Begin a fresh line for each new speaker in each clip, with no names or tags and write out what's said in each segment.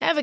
Ever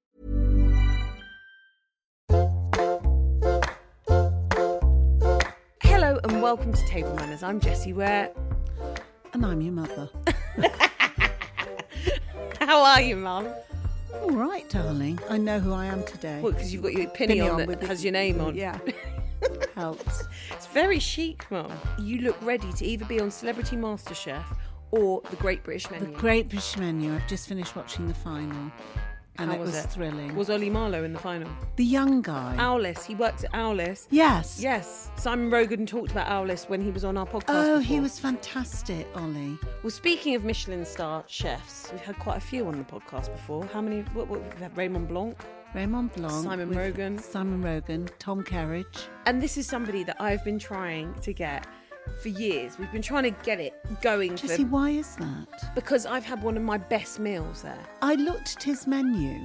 Hello and welcome to Table Manners. I'm Jessie Ware.
And I'm your mother.
How are you, Mum?
All right, darling. I know who I am today.
Well, because you've got your pinny,
Pinny
on, that
with the-
has your name on.
Yeah. Helps.
It's very chic, Mum. You look ready to either be on Celebrity MasterChef or The Great British
The
Menu.
Great British Menu. I've just finished watching the final. And
How
it was, thrilling.
Was Ollie Marlowe in the final?
the young guy.
Owlis. He worked at Owlis.
Yes.
Yes. Simon Rogan talked about Owlis when he was on our podcast.
Oh, he
before.
was fantastic, Ollie.
Well, speaking of Michelin star chefs, we've had quite a few on the podcast before. How many? What, what, we've had Raymond Blanc.
Raymond Blanc.
Simon
with
Rogan.
Simon Rogan. Tom Kerridge.
And this is somebody that I've been trying to get for years. We've been trying to get it going for,
Jesse, why is that?
because I've had one of my best meals there.
I looked at his menu.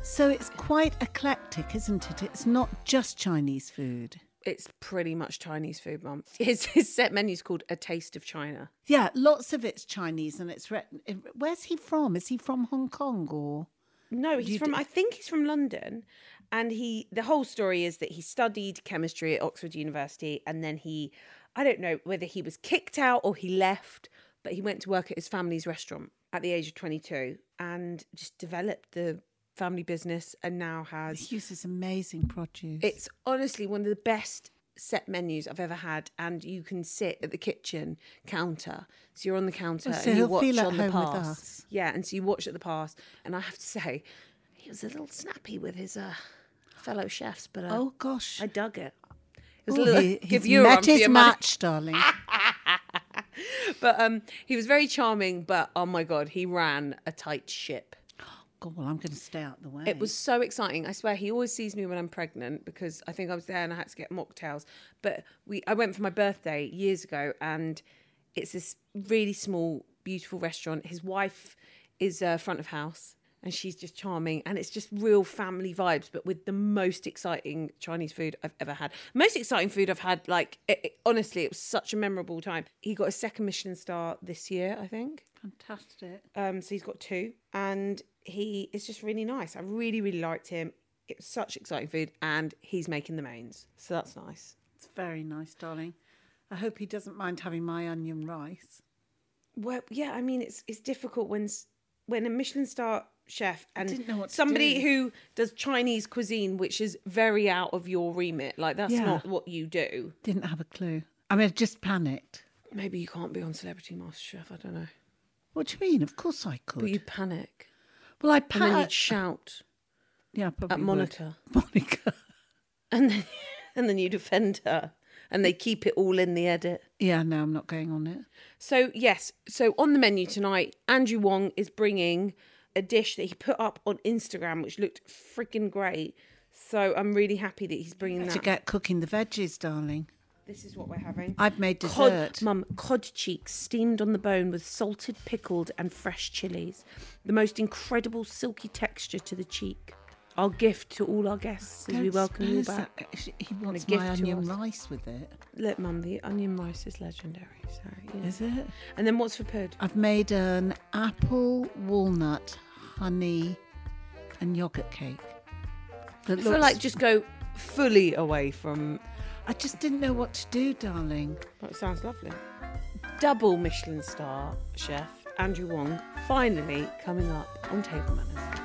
So it's quite eclectic, isn't it? It's not just Chinese food.
It's pretty much Chinese food, mum. His, his set menu's called A Taste of China.
Yeah, lots of it's Chinese and it's. Re- where's he from? Is he from Hong Kong or.
No,
You
he's from.
d-
I think he's from London, and he. The whole story is that he studied chemistry at Oxford University, and then he. I don't know whether he was kicked out or he left, but he went to work at his family's restaurant at the age of twenty-two, and just developed the family business, and now has.
He uses amazing produce.
It's honestly one of the best set menus I've ever had, and you can sit at the kitchen counter. So you're on the counter,
Oh, so
and you
he'll
watch
feel at
on the
home with
pass.
us.
Yeah, and so you watch at the pass, and I have to say, he was a little snappy with his uh, fellow chefs, but uh,
oh gosh,
I dug it. It was
Oh,
a little
he-
give
he's
you a run
met
for
his
your money. Ah!
match, darling.
But um, he was very charming, but oh my god, he ran a tight ship.
God, well, I'm going to stay out the way.
It was so exciting. I swear he always sees me when I'm pregnant because I think I was there and I had to get mocktails. But we I went for my birthday years ago and it's this really small, beautiful restaurant. His wife is uh, front of house and she's just charming and it's just real family vibes but with the most exciting chinese food i've ever had most exciting food i've had like it, it- honestly it was such a memorable time he got a second michelin star this year i think
fantastic.
um, so he's got two, and he is just really nice. I really, really liked him. It was such exciting food, and he's making the mains, so that's nice.
It's very nice, darling. I hope he doesn't mind having my onion rice.
Well, yeah, I mean, it's it's difficult when s- when a Michelin star chef and
didn't know what to
somebody
do.
who does Chinese cuisine, which is very out of your remit, like that's
Yeah.
not what you do.
Didn't have a clue. I mean, I just panicked.
Maybe you can't be on Celebrity MasterChef. I don't know.
What do you mean? Of course I could.
But you panic,
well, I
and then
panicked.
you'd shout
yeah, I probably
at
would.
Monica.
Monica.
and then, and then you defend her, and they keep it all in the edit.
Yeah, no, I'm not going on it.
So yes, so on the menu tonight, Andrew Wong is bringing a dish that he put up on Instagram, which looked freaking great. So I'm really happy that he's bringing
To
that.
get cooking the veggies, darling.
this is what we're having.
I've made
Cod,
dessert.
mum, cod cheeks steamed on the bone with salted, pickled, and fresh chilies. The most incredible silky texture to the cheek. Our gift to all our guests as we
Don't
welcome you
suppose
back.
that- Uh, He wants
gift
my
to
onion
us.
rice with it.
Look, mum, the onion rice is legendary. Sorry, yeah.
Is it?
And then what's for pud?
I've made an apple, walnut, honey, and yogurt cake. That
I feel like just go fully away from
I just didn't know what to do, darling.
That sounds lovely. Double Michelin star chef Andrew Wong finally coming up on Table Manners.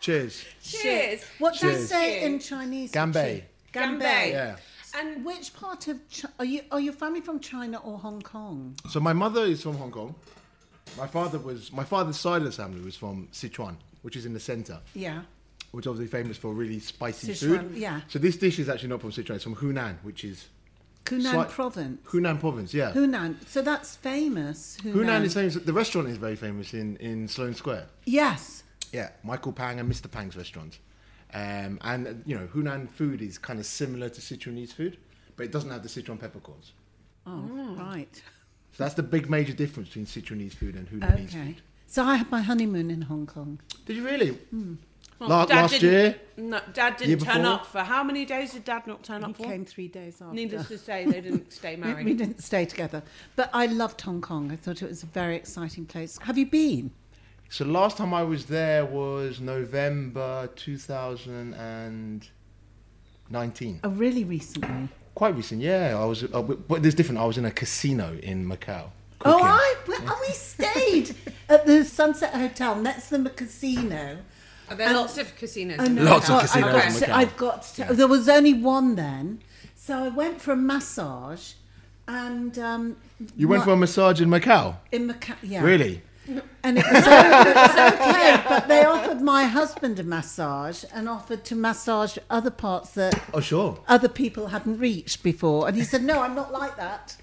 Cheers.
Cheers.
What do you
Cheers.
say in Chinese?
Ganbei.
Ganbei.
Yeah.
And
Which part of Chi- are you? Are your family from China or Hong Kong?
So my mother is from Hong Kong. My father was my father's side of the family was from Sichuan, which is in the centre.
Yeah.
which is obviously famous for really spicy
Sichuan,
food.
yeah.
So this dish is actually not from Sichuan; it's from Hunan, which is
Hunan
slight-
province.
Hunan province, yeah.
Hunan. So that's famous. Hunan,
Hunan is famous. The restaurant is very famous in in Sloane Square.
Yes.
Yeah, Michael Pang and Mr Pang's restaurant. Um, and uh, you know, Hunan food is kind of similar to Sichuanese food, but it doesn't have the Sichuan peppercorns.
Oh,
Mm.
right.
So that's the big major difference between Sichuanese food and Hunanese
Okay.
food.
So I had my honeymoon in Hong Kong.
Did you really?
Hmm.
La-
Well, Dad
last
didn't-
year,
no, Dad
year
didn't turn
before.
up for how many days did Dad not turn
He
up for?
came three days after.
Needless to say, they didn't stay
We- We
married.
didn't stay together, but I loved Hong Kong. I thought it was a very exciting place. Have you been?
So last time I was there was November 2019.
Oh, really recently.
Quite recent, yeah. I was, uh, but but there's different. I was in a casino in Macau.
Oh,
cooking.
I well, oh, we stayed at the Sunset Hotel next to the casino.
Are there lots of casinos? in
And
there?
Lots of
I've got-
casinos
I've
in
got, to,
Macau.
I've got to- There was only one then, so I went for a massage, and um,
You went
my-
for a massage in Macau,
in Macau. Yeah,
really?
and it was, okay, it was okay, but they offered my husband a massage and offered to massage other parts that
Oh, sure.
other people hadn't reached before. And he said, No, I'm not like that.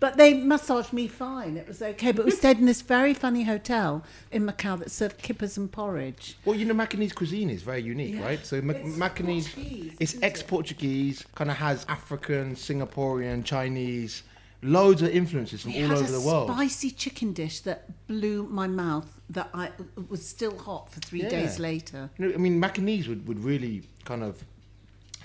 But they massaged me fine. It was okay. But we stayed in this very funny hotel in Macau that served kippers and porridge.
Well, you know, Macanese cuisine is very unique, right? So Mac-
It's
Macanese,
Portuguese,
it's
isn't it?
ex-Portuguese, kind of has African, Singaporean, Chinese, loads of influences from
It
all
had
over
a
the world.
spicy chicken dish that blew my mouth. That I it was still hot for three days
Yeah.
later.
You know, I mean, Macanese would, would really kind of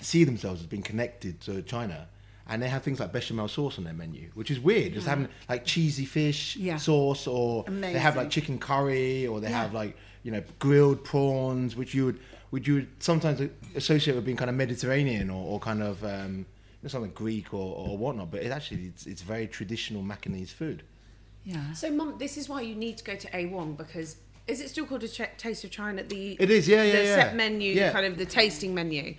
see themselves as being connected to China. And they have things like bechamel sauce on their menu, which is weird. Just having like cheesy fish
Yeah.
sauce, or they have like
Amazing.
chicken curry, or they have like you know grilled prawns, which you would which you would sometimes associate with being kind of Mediterranean or, or kind of um, you know, something Greek or, or whatnot. But it actually it's, it's very traditional Macanese food.
Yeah.
So, Mum, this is why you need to go to A1 because is it still called a Ch- Taste of China? The
It is, yeah, yeah,
the
yeah.
set menu,
Yeah.
kind of the tasting menu,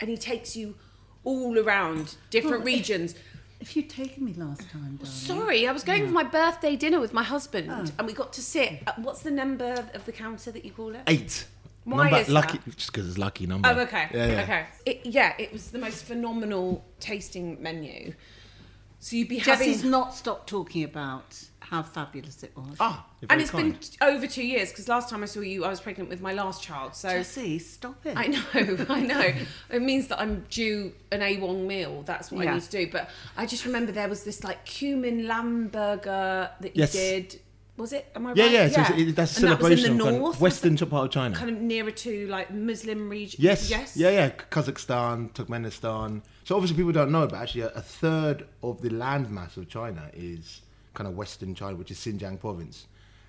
and he takes you all around different
Well, it-
regions.
If you'd taken me last time, darling.
Sorry, I was going for my birthday dinner with my husband,
Ah.
and we got to sit. At, what's the number of the counter that you call it?
Eight.
Why
number
is that?
lucky, just because it's lucky number.
Oh, okay.
Yeah, yeah.
Okay. It, yeah, it was the most phenomenal tasting menu. So you'd be
Jesse's
having.
not stopped talking about how fabulous it was.
Ah, you're
and
very
it's
kind.
been t- over two years because last time I saw you, I was pregnant with my last child. So
Jesse, stop it.
I know, I know. It means that I'm due an A1 meal. That's what I
Yeah.
need to do. But I just remember there was this like cumin lamb burger that you
Yes.
did. Was it? Am I
Yeah,
right?
yeah. So it's- it- that's a
And that was
celebration
in the
of kind
north,
of
was
western
it?
part of China.
kind of nearer to like Muslim region.
yes.
yes,
Yeah, yeah. Kazakhstan, Turkmenistan. So obviously people don't know, but actually a, a third of the landmass of China is kind of western China, which is Xinjiang province,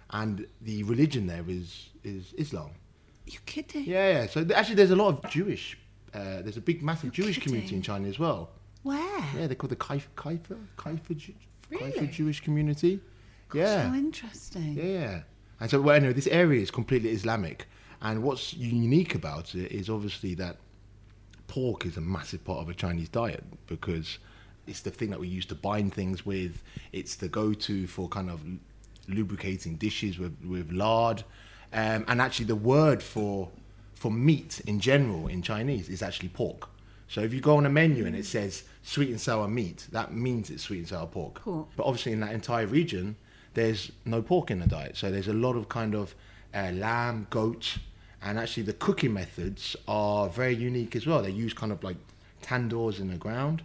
and the religion there is is Islam.
you kidding?
Yeah, yeah. So th- actually, there's a lot of Jewish. Uh, there's a big, massive Jewish community in China as well.
Where?
Yeah, they're called the Kaifa Kaifa Kaifa, Ju-
Really?
Kaifa Jewish community. yeah.
How interesting.
Yeah, yeah. And so, well, anyway, this area is completely Islamic. And what's unique about it is obviously that pork is a massive part of a Chinese diet because it's the thing that we use to bind things with. It's the go-to for kind of l- lubricating dishes with, with lard. Um, and actually, the word for for meat in general in Chinese is actually pork. So if you go on a menu and it says sweet and sour meat, that means it's sweet and sour pork.
Pork.
But obviously, in that entire region, there's no pork in the diet. So there's a lot of kind of uh, lamb, goat, and actually the cooking methods are very unique as well. They use kind of like tandoors in the ground,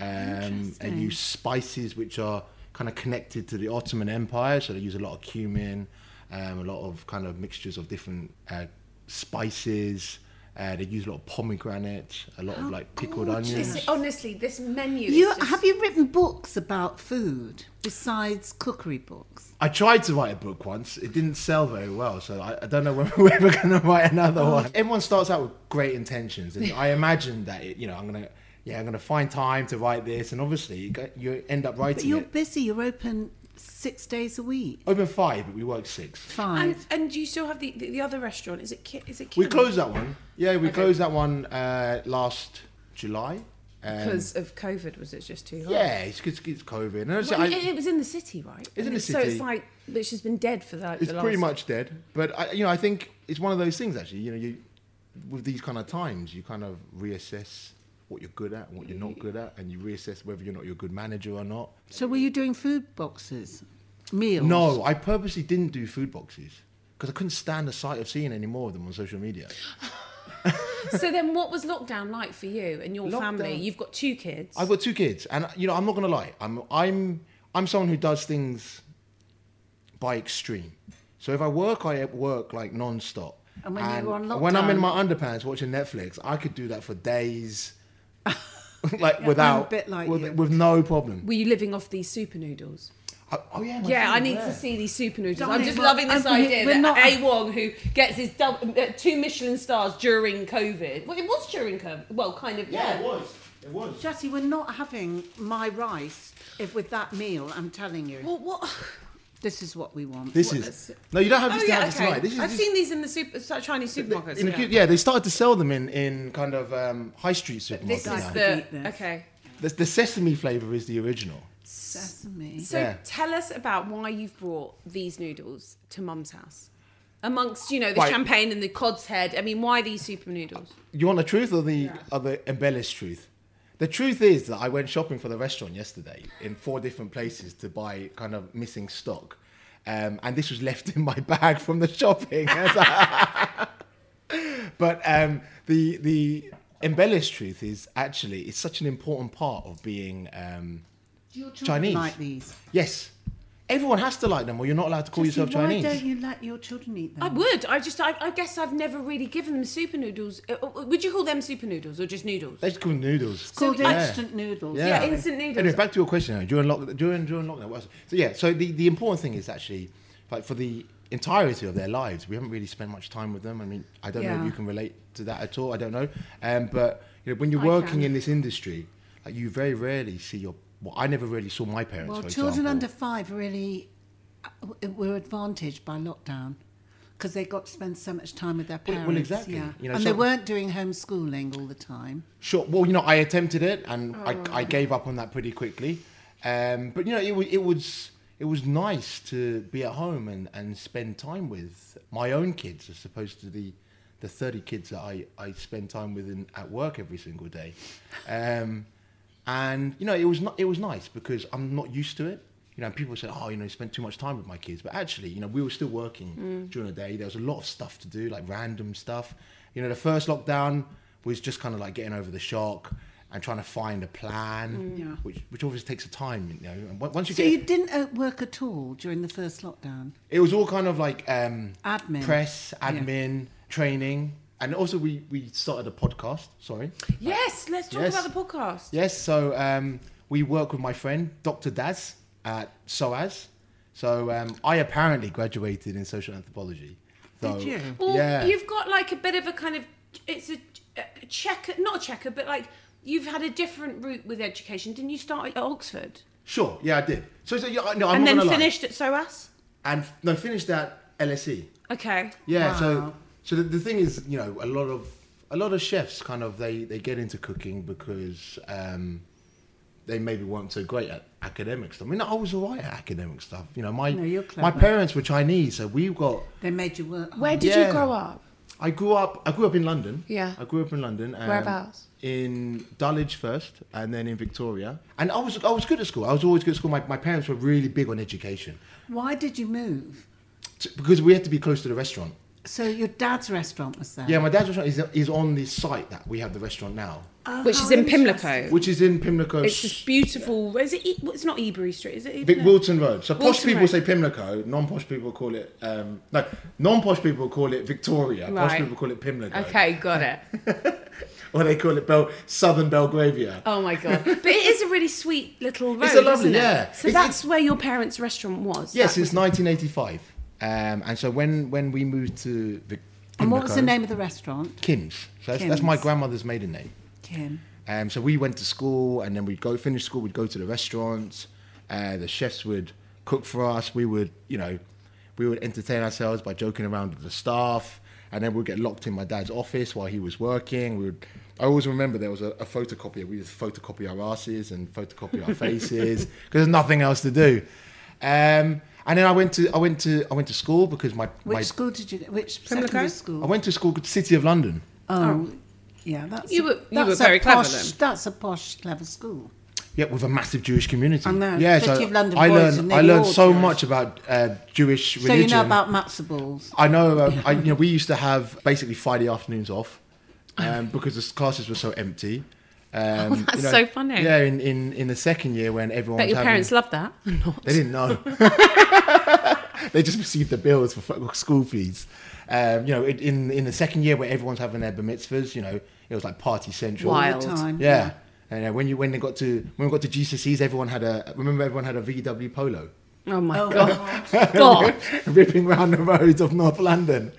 um, and use spices which are kind of connected to the Ottoman Empire. So they use a lot of cumin, um, a lot of kind of mixtures of different uh, spices. Uh, they use a lot of pomegranate, a lot of like pickled
This,
onions.
honestly, this menu.
You
is just,
have you written books about food besides cookery books?
I tried to write a book once. It didn't sell very well, so I, I don't know when we're ever going to write another one. Oh, Everyone starts out with great intentions, and I imagine that it, you know I'm gonna yeah I'm gonna find time to write this, and obviously you go- you end up writing
But you're
it.
busy. You're open six days a week.
Open five, but we worked six.
Five.
And, and you still have the, the, the other restaurant. Is it Ki- is it Kiwi?
We closed that one. Yeah, we closed that one uh, last July. Um,
because of COVID. Was it just too hard?
yeah, it's 'cause it's COVID. And also,
Well,
I-
it, it was in the city, right?
It's in the
So
city.
it's like which has been dead for like
it's
the
pretty
last-
much dead. But I, you know, I think it's one of those things. Actually, you know, you with these kind of times, you kind of reassess what you're good at and what you're not good at, and you reassess whether you're not you're a good manager or not.
So were you doing food boxes, meals?
No, I purposely didn't do food boxes because I couldn't stand the sight of seeing any more of them on social media.
so then, what was lockdown like for you and your family?
Lockdown-
You've got two kids.
I've got two kids, and you know, I'm not gonna lie. I'm I'm I'm someone who does things by extreme. So if I work, I work like non-stop.
And when you were on
when I'm in
lockdown-
my underpants watching Netflix, I could do that for days, like
I'm a
without
bit like
with,
you.
with no problem.
Were you living off these super noodles?
I- oh yeah, my
Yeah, I
friend,
need to see these super noodles.
Darling,
I'm just
we're-
loving this
I'm- we're-
idea
we're
that
not-
A Wong, who gets his double, uh, two Michelin stars during COVID. Well, it was during COVID. Well, kind of.
Yeah, it was. It was.
Jesse, we're not having my rice if with that meal. I'm telling you,
Well, what?
this is what we want.
This
What-
is no, you don't have this
oh
to
yeah,
have this
okay.
tonight. This is
I've
just-
seen these in the super, so- Chinese supermarkets.
in the-
yeah.
yeah. they started to sell them in, in kind of um, high street supermarkets.
This
God,
is
I
now.
could
the
eat this.
okay.
the, the sesame flavor is the original.
sesame.
So
Yeah.
tell us about why you've brought these noodles to Mum's house, amongst you know the
Right.
champagne and the cod's head. I mean, why these super noodles?
You want the truth or the or the embellished truth? The truth is that I went shopping for the restaurant yesterday in four different places to buy kind of missing stock, um, and this was left in my bag from the shopping. but um, the the embellished truth is actually it's such an important part of being um,
Your children
Chinese.
like these.
Yes, everyone has to like them, or you're not allowed to call
Jesse,
yourself Chinese.
Why don't you let your children eat them?
I would. I just. I, I guess I've never really given them super noodles. Uh, uh, Would you call them super noodles or just noodles?
They just call them noodles.
called
I-
instant noodles.
Yeah, instant noodles.
Anyway, back to your question. Anna. During lock, during during lockdown, what else? so yeah. So the, the important thing is actually, like for the entirety of their lives, we haven't really spent much time with them. I mean, I don't know
Yeah.
if you can relate to that at all. I don't know. Um, but you know, when you're
I
working
can.
in this industry, like you very rarely see your. Well, I never really saw my parents.
Well,
for
children under
example.
five really uh, w- were advantaged by lockdown because they got to spend so much time with their
Well, well,
parents.
exactly.
Yeah.
You know,
and they
some-
weren't doing homeschooling all the time.
Sure. Well, you know, I attempted it, and I, I gave up on that pretty quickly. Um, but you know, it, wa- it was it was nice to be at home and, and spend time with my own kids, as opposed to the the thirty kids that I, I spend time with in, at work every single day. Um, and you know, it was not, it was nice because I'm not used to it. You know, and people say, "Oh, you know, you spent too much time with my kids," but actually, you know, we were still working
Mm.
during the day. There was a lot of stuff to do, like random stuff. You know, the first lockdown was just kind of like getting over the shock and trying to find a plan, which which obviously takes a time. You know, and on- once you
Mm. So
get,
you didn't uh, work at all during the first lockdown.
it was all kind of like um,
Admin.
press,
Yeah.
admin, training, and also we we started a podcast. Sorry.
Yes. Let's talk
Yes.
about the podcast.
Yes, so um, we work with my friend Dr. Daz at SOAS. So um, I apparently graduated in social anthropology. Though,
you?
Well,
yeah.
Oh, you've got like a bit of a kind of it's a, a checker, not a checker, but like you've had a different route with education. Didn't you start at Oxford
Sure, yeah, I did. So, so yeah, I- no, I'm
and
not
then
gonna lie.
finished at SOAS?
And f- no, finished at LSE.
Okay.
Yeah, so so the, the thing is, you know, a lot of a lot of chefs kind of they they get into cooking because um, they maybe weren't so great at academic stuff. I mean, I was alright at academic stuff. You know, my
No, you're
my
clever.
parents were Chinese, so we got
They made you work. hard.
Where did
Yeah.
you grow up?
I grew up. I grew up in London.
Yeah.
I grew up in London. Um,
Whereabouts?
In Dulwich first, and then in Victoria. And I was I was good at school. I was always good at school. My, my parents were really big on education
Why did you move?
T- because we had to be close to the restaurant.
Uh-huh.
So your dad's restaurant was there.
Yeah, my dad's restaurant is, is on the site that we have the restaurant now,
Which is in Pimlico.
which is in Pimlico.
Ah. Oh, Uh, It's this beautiful. Is it? E- well, It's not Ebury Street, is it?
Vic
Ebury?
Wilton Road. So posh
Wilton
people
Road.
say Pimlico, non-posh people call it um, no, non-posh people call it Victoria. Posh
Right.
people call it Pimlico.
Okay, got it.
Or they call it Bel- Southern Belgravia.
Oh my god! But it is a really sweet little road.
It's a lovely-
isn't it?
yeah.
So
It's-
that's where your parents' restaurant was.
Yes,
That
since 1985. Um, and so when, when we moved to Vic-
And what was the
Pimlico-
name of the restaurant?
Kim's. So that's, that's my
Kim's.
grandmother's maiden name.
Kim.
Um, so we went to school, and then we'd go finish school. We'd go to the restaurants. Uh, the chefs would cook for us. We would, you know, we would entertain ourselves by joking around with the staff, and then we'd get locked in my dad's office while he was working. We would. I always remember there was a, a photocopier. We just photocopy our asses and photocopy our faces because there's nothing else to do. Um, and then I went to I went to I went to school because my
Which
my,
school did you? Which
Pimlico?
secondary
I
school?
went to school called City of London.
Oh, yeah. That's
You
a-
were- you
that's
were
a
very clever
posh,
then.
That's a posh, clever school.
Yeah, with a massive Jewish community.
I know,
Yeah,
City
so
of London
I
boys are
learned I
nearly
learned
all
so
Jewish.
much about uh, Jewish religion.
So you know about matzo balls.
I know. About, I, you know, we used to have basically Friday afternoons off um, because the classes were so empty.
Oh,
Um,
that's
you know,
so funny.
Yeah, in, in, in the second year when everyone
Bet
was
your
having,
parents love that.
they didn't know. they just received the bills for fuck- school fees. Um, you know, it- in in the second year where everyone's having their bar mitzvahs, you know, it was like party central.
Wild.
All the time.
Yeah. And uh, when you when they got to when we got to GCSEs, everyone had a remember everyone had a VW Polo,
Oh my
Oh,
god.
ripping round the roads of North London.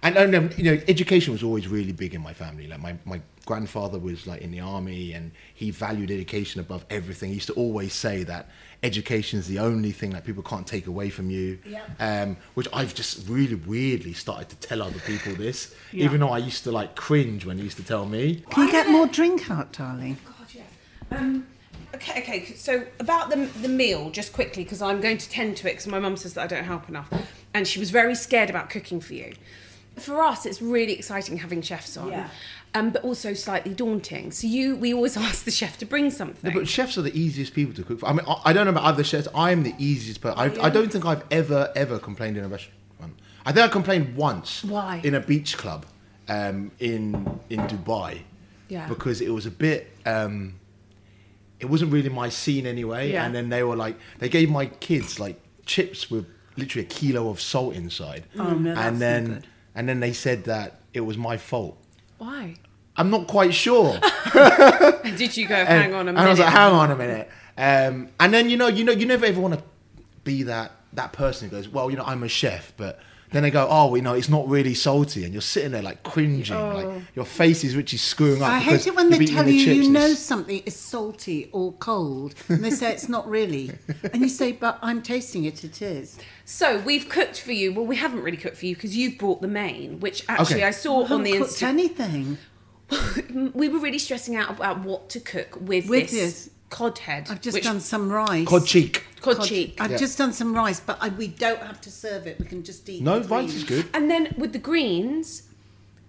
And, and um, you know, education was always really big in my family. Like my, my grandfather was like in the army, and he valued education above everything. He used to always say that education is the only thing that people can't take away from you.
Yeah.
Um, which I've just really weirdly started to tell other people this, even though I used to like cringe when he used to tell me.
Can you get more drink out, darling?
Oh, Um, okay, okay. So about the the meal, just quickly, because I'm going to tend to it because my mum says that I don't help enough, and she was very scared about cooking for you. For us, it's really exciting having chefs on,
Yeah.
um, but also slightly daunting. So you, we always ask the chef to bring something.
But chefs are the easiest people to cook for. I mean, I, I don't know about other chefs. I'm the easiest person. I, I don't think I've ever, ever complained in a restaurant. I think I complained once.
Why?
In a beach club um, in in Dubai.
Yeah.
Because it was a bit. Um, it wasn't really my scene anyway.
Yeah.
And then they were like, they gave my kids like chips with literally a kilo of salt inside. Oh
no, that's
And
not
then
good.
and then they said that it was my fault.
Why?
I'm not quite sure.
And did you go?
And-
Hang on a
and
minute.
I was like, hang on a minute. Um, and then you know, you know, you never ever want to be that that person who goes, well, you know, I'm a chef, but then they go, oh, you know, it's not really salty, and you're sitting there like cringing, like your face is literally screwing up.
Oh. I
because
hate it when
you've
they
eaten
tell
the
you
chips
you
and
know
it's-
something is salty or cold, and they say it's not really, and you say, "But I'm tasting it. It is."
So we've cooked for you. Well, we haven't really cooked for you because you've brought the main, which actually
Okay.
I saw on
haven't
the
cooked
Instagram.
anything.
we were really stressing out about what to cook with,
With
this,
this.
cod head.
I've just
which-
done some rice.
cod cheek.
cod, cheek.
I've just done some rice, but I, we don't have to serve it. We can just eat.
No,
the
rice is
greens.
good.
And then with the greens,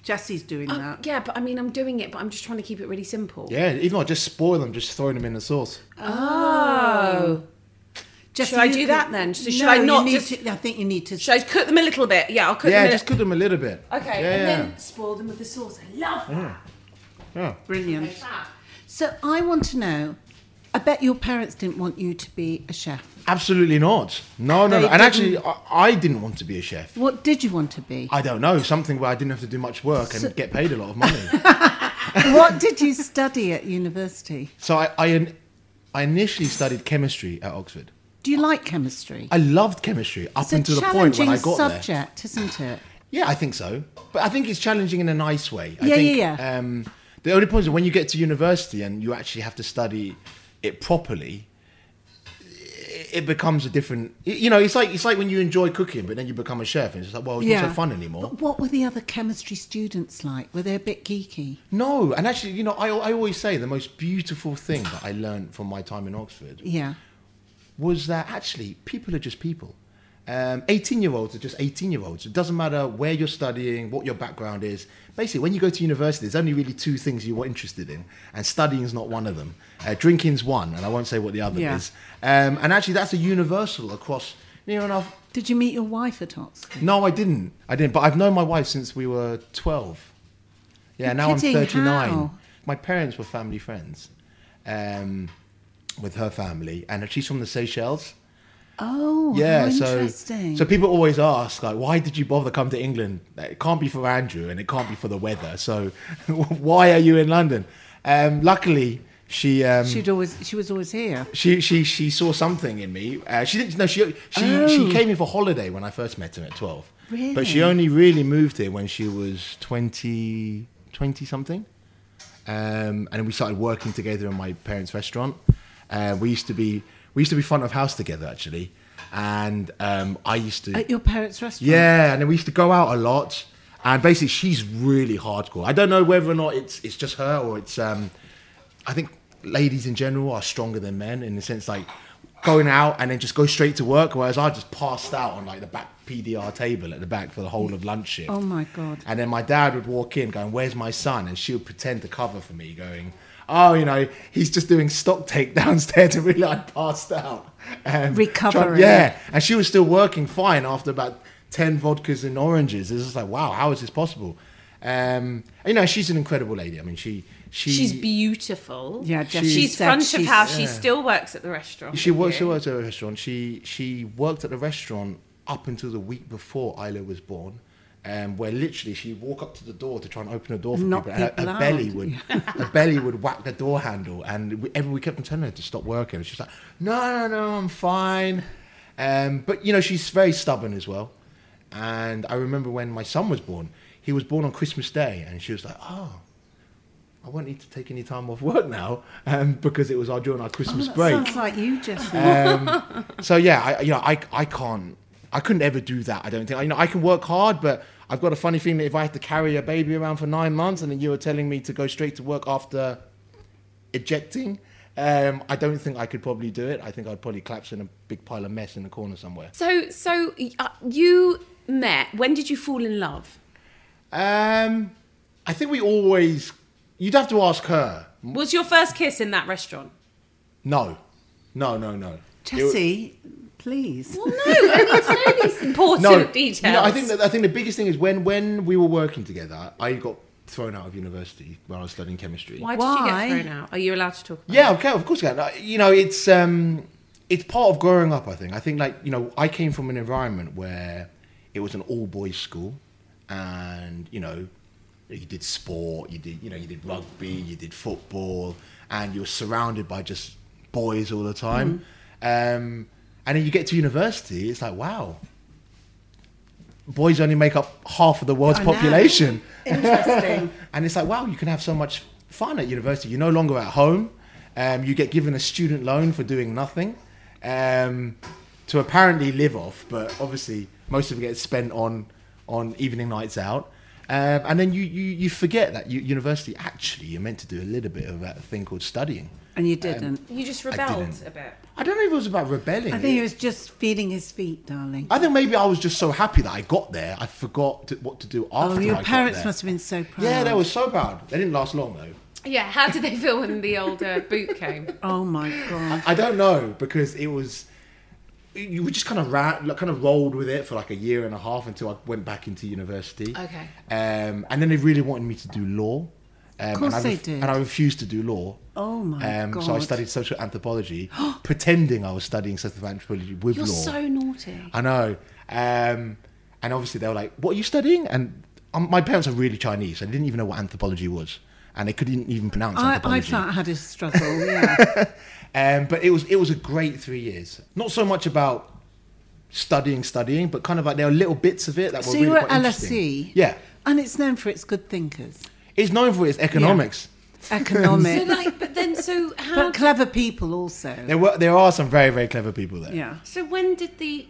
Jessie's doing
oh,
that.
yeah, but I mean, I'm doing it, but I'm just trying to keep it really simple.
Yeah, even though I just spoil them, just throwing them in the sauce.
Oh.
Jessie,
Should I
you
do
could-
that then? So should
No,
I
you
not
need
just-
to- I think you need to.
Should I cook them a little bit? Yeah, I'll cook
Yeah,
them. a
just
little-
cook them a little bit.
Okay,
Yeah,
and
yeah.
then spoil them with the sauce. I love that.
Brilliant. So I want to know. I bet your parents didn't want you to be a chef.
Absolutely not. No, no,
They
no.
didn't-
And actually, I, I didn't want to be a chef.
What did you want to be?
I don't know, something where I didn't have to do much work and get paid a lot of money.
what did you study at university?
So I, I, in- I initially studied chemistry at Oxford.
Do you like chemistry?
I loved chemistry up
it's a
until the point
challenging
when I got there.
subject, is isn't it?
Yeah, I think so. But I think it's challenging in a nice way. I
Yeah,
think,
yeah, yeah.
Um, the only point is that when you get to university and you actually have to study it properly, it- it becomes a different. You know, it's like it's like when you enjoy cooking, but then you become a chef, and it's like, well, it's not so fun anymore.
But what were the other chemistry students like? Were they a bit geeky?
No, and actually, you know, I, I always say the most beautiful thing that I learned from my time in Oxford
Yeah.
was that actually people are just people. Um, 18 year olds are just 18 year olds. It doesn't matter where you're studying, what your background is. Basically, when you go to university, there's only really two things you're interested in, and studying's not one of them. Uh, drinking's one, and I won't say what the other
Yeah.
is. Um, and actually, that's a universal across near enough.
Did you meet your wife at Oxford?
No, I didn't. I didn't. But I've known my wife since we were 12. Yeah,
You're
now
kidding,
I'm 39.
how?
My parents were family friends um, with her family, and she's from the Seychelles.
Oh,
Yeah,
how
so
interesting.
so people always ask like, why did you bother come to England? It can't be for Andrew, and it can't be for the weather. So why are you in London? Um, luckily, she um,
She'd always, she was always here.
she she she saw something in me. Uh, she didn't. No, she she she came here for holiday when I first met her at twelve. But she
Really?
only really moved here when she was 20, 20 something. Um, and we started working together in my parents' restaurant. Uh, we used to be we used to be front of house together actually. and um, I used to.
At your parents' restaurant?
Yeah, and then we used to go out a lot. And basically, she's really hardcore. I don't know whether or not it's it's just her or it's. Um, I think ladies in general are stronger than men in the sense like going out and then just go straight to work, whereas I just passed out on like the back PDR table at the back for the whole of lunch shift.
Oh my God.
And then my dad would walk in going, Where's my son? And she would pretend to cover for me, going, Oh, you know, he's just doing stock take downstairs and really I passed out. Um,
Recovering.
yeah. And she was still working fine after about 10 vodkas and oranges. It's just like, wow, how is this possible? Um, you know, she's an incredible lady. I mean, she. she
She's beautiful.
Yeah, Jessie
she's
said
front of
she's-
house. She still works at the restaurant.
She
with
worked. She
you.
worked at a restaurant. She she worked at the restaurant up until the week before Isla was born, um, where literally she'd walk up to the door to try and open the door for
Knock
people, and her,
people
her
out.
belly would her belly would whack the door handle, and we, every, we kept on telling her to stop working, and she's like, "No, no, no, I'm fine." Um, but you know, she's very stubborn as well. And I remember when my son was born, he was born on Christmas Day, and she was like, "Oh." I won't need to take any time off work now um, because it was our during our Christmas
Oh, That
break. Uh,
Sounds like you, Jessie.
So yeah, I you know I I can't I couldn't ever do that. I don't think. I, you know I can work hard, but I've got a funny feeling that if I had to carry a baby around for nine months and then you were telling me to go straight to work after ejecting, um, I don't think I could probably do it. I think I'd probably collapse in a big pile of mess in the corner somewhere.
So, so uh, you met. When did you fall in love?
Um, I think we always. You'd have to ask her.
Was your first kiss in that restaurant?
No, no, no, no.
Jessie, please.
No, I need to know these important details.
You know, I think that, I think the biggest thing is when when we were working together, I got thrown out of university when I was studying chemistry.
Why did
Why?
you get thrown out? Are you allowed to talk about?
Yeah, okay, of course, I can. Uh, You know, it's um, it's part of growing up. I think. I think like you know, I came from an environment where it was an all boys school, and you know, you did sport, you did you know, you did rugby, you did football, and you were surrounded by just boys all the time. Um, and then you get to university, it's like wow. Boys only make up half of the world's
I know.
population
Interesting.
and it's like wow you can have so much fun at university you're no longer at home um, you get given a student loan for doing nothing um, to apparently live off but obviously most of it gets spent on on evening nights out um, and then you, you you forget that you, university actually you're meant to do a little bit of that thing called studying
and you didn't.
You just
rebelled
rebelled
didn't.
a bit.
i don't know if it was about rebelling
I think he was just feeling his feet, darling.
I think maybe I was just so happy that I got there I forgot to, what to do after
Oh, your
I
parents
got there.
must have been so proud.
yeah they were so proud they didn't last long though
Yeah. How did they feel when the old uh, boot came?
Oh my God.
I don't know because it was you we just kind of ra- like, kind of rolled with it for like a year and a half until I went back into university.
Okay.
Um, and then they really wanted me to do law. Um,
course
and I
they did.
And I refused to do law.
Oh my
um, So I
God.
studied social anthropology, pretending I was studying social anthropology with
You're
law.
so naughty.
I know. Um, and obviously they were like, "What are you studying?" And um, my parents are really Chinese. and they didn't even know what anthropology was, and they couldn't even pronounce
I, I
anthropology.
felt I had a struggle, yeah.
Um, but it was it was a great three years. Not so much about studying, studying, but kind of like there were little bits of it that
so
were
you
really
were at E?
quite interesting.
LSE.
Yeah,
And it's known for its good thinkers,
it's known for its economics.
So
economic,
like, but then, so how?
but clever people also.
There were there are some very very clever people there.
Yeah.
so when did the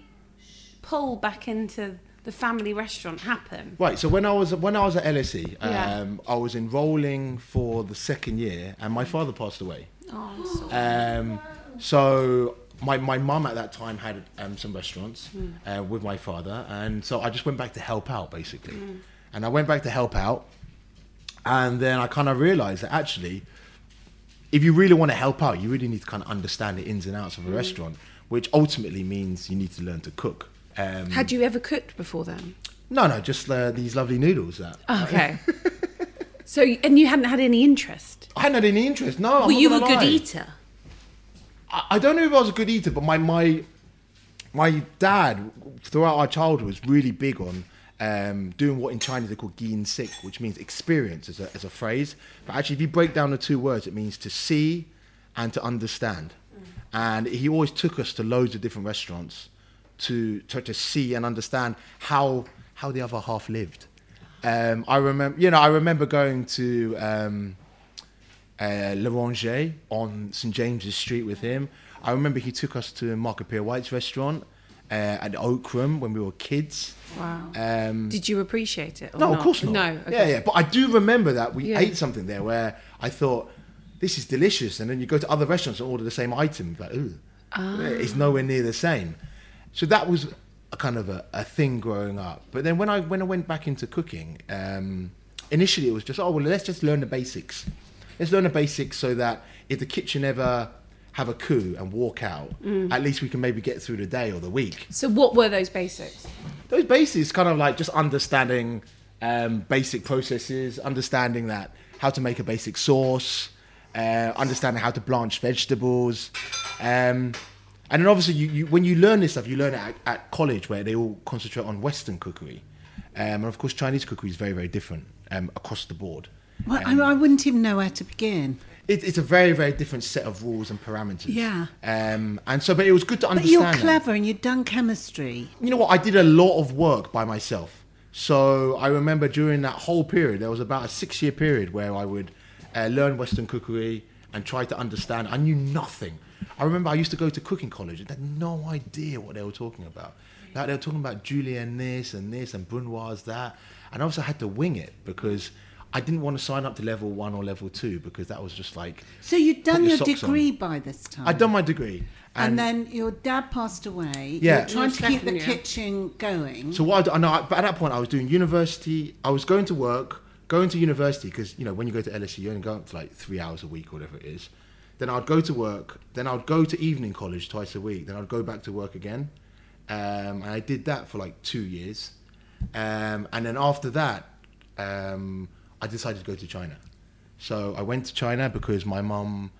pull back into the family restaurant happen?
Right. So when I was when I was at LSE, um,
Yeah.
I was enrolling for the second year, and my father passed away.
Oh,
Um, so my my mum at that time had um, some restaurants
Hmm.
uh, with my father, and so I just went back to help out basically,
Hmm.
and I went back to help out, and then I kind of realised that actually, if you really want to help out, you really need to kind of understand the ins and outs
Hmm.
of a restaurant, which ultimately means you need to learn to cook. Um,
Had you ever cooked before then?
no, no, just uh, these lovely noodles that.
Oh, Okay. so and you hadn't had any interest.
I hadn't had any interest. No, I'm
Were
not
you a
gonna
good
lie.
eater?
I, I don't know if I was a good eater, but my my my dad throughout our childhood was really big on um, doing what in Chinese they call "gin sik," which means experience as a, as a phrase. But actually, if you break down the two words, it means to see and to understand. And he always took us to loads of different restaurants to to, to see and understand how how the other half lived. Um, I remember, you know, I remember going to. Um, uh, L'Oranger on St James's Street with him. I remember he took us to Marco Pierre White's restaurant, uh, at Oakram when we were kids.
Wow.
Um,
Did you appreciate it? Or
no, of course not.
No. Okay.
Yeah, yeah. But I do remember that we
Yeah.
ate something there where I thought this is delicious, and then you go to other restaurants and order the same item, like ooh,
Ah.
it's nowhere near the same. So that was a kind of a, a thing growing up. But then when I when I went back into cooking, um, initially it was just oh well, let's just learn the basics. Let's learn the basics so that if the kitchen ever have a coup and walk out,
Mm.
at least we can maybe get through the day or the week
So what were those basics?
those basics kind of like just understanding um, basic processes, understanding that how to make a basic sauce, uh, understanding how to blanch vegetables. Um, and then obviously, you, you, when you learn this stuff, you learn it at, at college where they all concentrate on Western cookery. Um, and of course, Chinese cookery is very, very different um, across the board.
Well, I, I wouldn't even know where to begin.
It, it's a very, very different set of rules and parameters.
Yeah.
Um, and so, but it was good to
But
understand.
you're
that
clever and you've done chemistry.
you know what? I did a lot of work by myself. So I remember during that whole period, there was about a six year period where I would uh, learn Western cookery and try to understand. I knew nothing. I remember I used to go to cooking college and had no idea what they were talking about. Like they were talking about julienne this and this and brunoise that. And obviously I had to wing it because I didn't want to sign up to level one or level two because that was just like.
So you'd done
your
your,
socks on.
degree by this time.
I'd done my degree.
And, then your dad passed away.
Yeah.
You're trying to keep the
Second year.
kitchen going.
So what I, d- I know, I- but at that point, I was doing university. I was going to work, going to university because you know when you go to LSE, you only go up to like three hours a week, or whatever it is. Then I'd go to work. Then I'd go to evening college twice a week. Then I'd go back to work again, um, and I did that for like two years. Um, and then after that, um, I decided to go to China. So I went to China because my mum.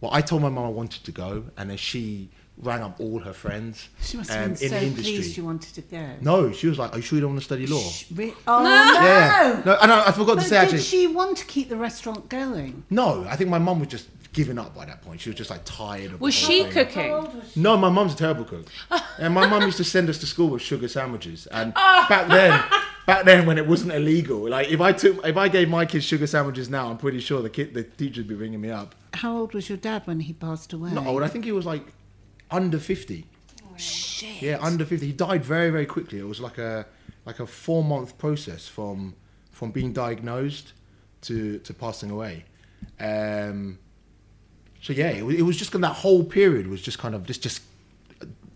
Well, I told my mum I wanted to go, and then she rang up all her friends
she must
um,
have been so
in the industry.
pleased you wanted to go.
No, she was like, "Are you sure you don't want to study law?"
Sh- re- Oh, no.
Yeah. No, and I, I
But
forgot to
did
say actually.
she want to keep the restaurant going?
No, I think my mum was just giving up by that point. She was just like tired. Of
Was
the
she
whole thing.
cooking?
No, my mum's a terrible cook, and my mum used to send us to school with sugar sandwiches. And back then, back then when it wasn't illegal, like if I took, if I gave my kids sugar sandwiches now, I'm pretty sure the kid, the teacher'd be ringing me up.
How old was your dad when he passed away?
Not old. I think he was like under fifty. Shit. Yeah, under fifty. He died very, very quickly. It was like a like a four month process from from being diagnosed to to passing away. Um, so yeah, it, wa- it was just kind of that whole period was just kind of just just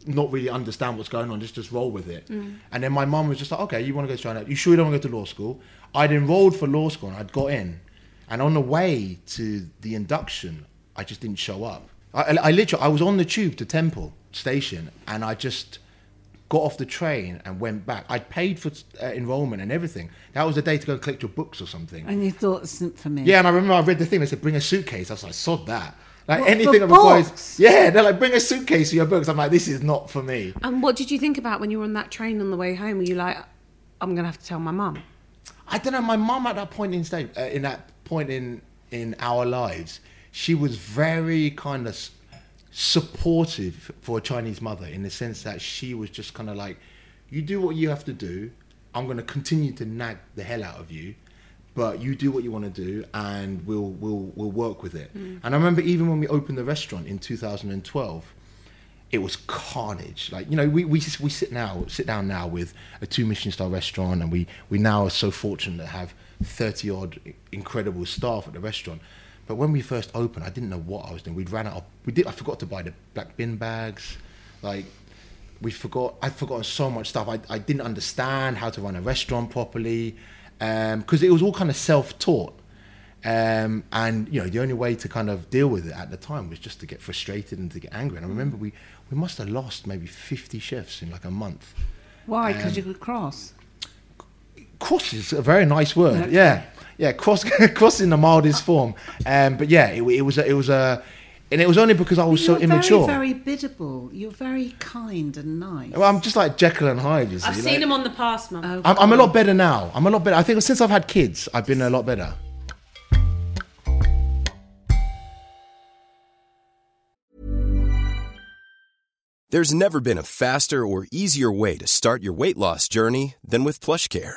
not really understand what's going on, just just roll with it. And then my mum was just like, okay, you want to go to China? You sure you don't want to go to law school? I'd enrolled for law school and I'd got in, and on the way to the induction, I just didn't show up. I, I, I literally I was on the tube to Temple Station and I just got off the train and went back. I'd paid for uh, enrollment and everything. That was the day to go collect your books or something.
And you thought it's not for me.
Yeah, and I remember I read the thing. They said bring a suitcase. I was like, sod that. Like
What,
anything
for
that requires.
books?
Yeah, they're like bring a suitcase for your books. I'm like, this is not for me.
And what did you think about when you were on that train on the way home? Were you like, I'm gonna have to tell my mum?
I don't know. My mum at that point in stage, uh, in that point in in our lives, she was very kind of s- supportive for a Chinese mother in the sense that she was just kind of like, you do what you have to do. I'm going to continue to nag the hell out of you, but you do what you want to do, and we'll we'll we'll work with it. And I remember even when we opened the restaurant in 2012 it was carnage. Like you know, we we we sit now sit down now with a two Michelin star restaurant, and we we now are so fortunate to have thirty odd incredible staff at the restaurant. But when we first opened, I didn't know what I was doing. We'd ran out. Of, we did. I forgot to buy the black bin bags. Like we forgot. I'd forgotten so much stuff. I I didn't understand how to run a restaurant properly because it was all kind of self taught. Um, and you know, the only way to kind of deal with it at the time was just to get frustrated and to get angry. And I remember we we must have lost maybe fifty chefs in like a month.
Why?
Um,
Because you could cross.
Cross is a very nice word. Yeah, yeah. Cross, cross in the mildest form. Um, but yeah, it, it was a, it was a, and it was only because I was oh, so
You're
immature.
very, very biddable. You're very kind and nice.
well, I'm just like Jekyll and Hyde. You see,
I've
like-
seen him on the past, mum.
Oh,
I'm, I'm a lot better now. I'm a lot better. I think since I've had kids, I've been a lot better.
There's never been a faster or easier way to start your weight loss journey than with PlushCare.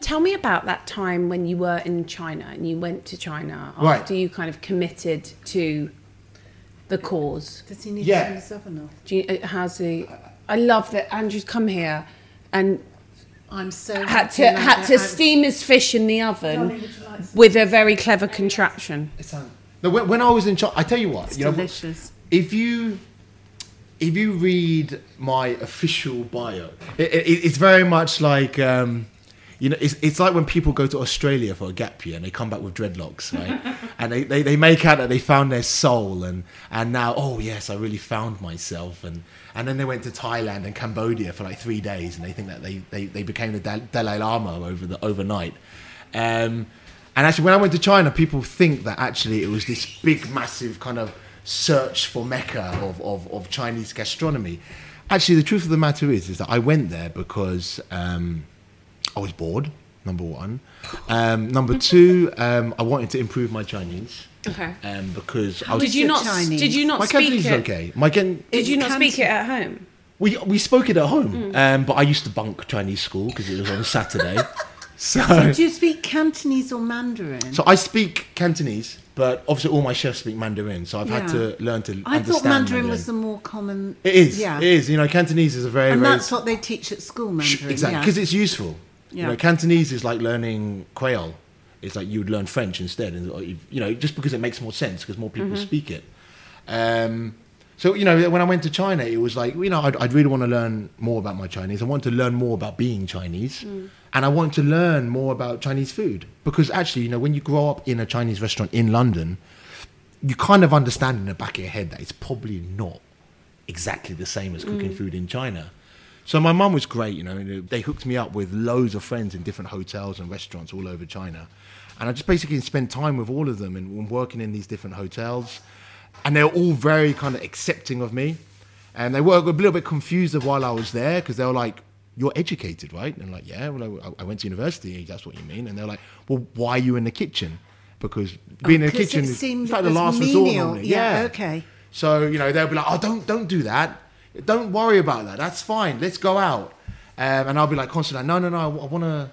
Tell me about that time when you were in China and you went to China
Right.
after you kind of committed to the cause.
Does he need
Yeah.
to turn his oven off?
Do you, uh, how's the? I love that Andrew's come here and
I'm so
had
happy
to
now
had
that
to
I'm-
steam his fish in the oven with a very clever contraption.
No, when, when I was in China, I tell you what,
It's
you know,
delicious.
if you if you read my official bio, it, it, it's very much like um, you know, it's, it's like when people go to Australia for a gap year and they come back with dreadlocks, right? and they, they, they make out that they found their soul and and now oh yes, I really found myself and and then they went to Thailand and Cambodia for like three days and they think that they they, they became the Dal- Dalai Lama over the overnight. Um, and actually, when I went to China, people think that actually it was this big, massive kind of search for Mecca of, of, of Chinese gastronomy. Actually, the truth of the matter is, is that I went there because um, I was bored. Number one. Um, number two, um, I wanted to improve my Chinese.
Okay.
Um, because I was.
Did you
it
not?
Chinese?
Did you not
my
speak
Cantonese is
it?
okay. My Can-
Did you Mm. not
Canton-
speak it at home?
we we spoke it at home, um, but I used to bunk Chinese school because it was on a Saturday. so
Do you speak Cantonese or Mandarin?
So I speak Cantonese, but obviously all my chefs speak Mandarin, so I've had
Yeah.
to learn to
I
understand
thought Mandarin, was the more common.
It is.
Yeah.
It is. You know, Cantonese is a very
And
very
that's what they teach at school,
Sh-
Mandarin.
exactly
yeah.
because it's useful. You
Yeah.
know, Cantonese is like learning Creole. It's like you would learn French instead, and or you you know just because it makes more sense because more people
Mm-hmm.
speak it. Um, so you know when I went to China, it was like you know I'd, I'd really want to learn more about my Chinese. I want to learn more about being Chinese,
Mm.
and I want to learn more about Chinese food because actually you know when you grow up in a Chinese restaurant in London, you kind of understand in the back of your head that it's probably not exactly the same as cooking food in China. So my mum was great, you know. and uh, They hooked me up with loads of friends in different hotels and restaurants all over China, and I just basically spent time with all of them and, and working in these different hotels, and they were all very kind of accepting of me, and they were a little bit confused of while I was there because they were like, "You're educated, right?" And I'm like, "Yeah, well, I, I went to university. That's what you mean." And they're like, "Well, why are you in the kitchen?" Because being in the
'cause it
kitchen is
seemed
it's like
it
the
was
last resort.
menial.
normally.
Yeah, okay.
So you know they'll be like, "Oh, don't don't do that. Don't worry about that. That's fine. Let's go out." Um, and I'll be like constantly, like, "No, no, no. I want to."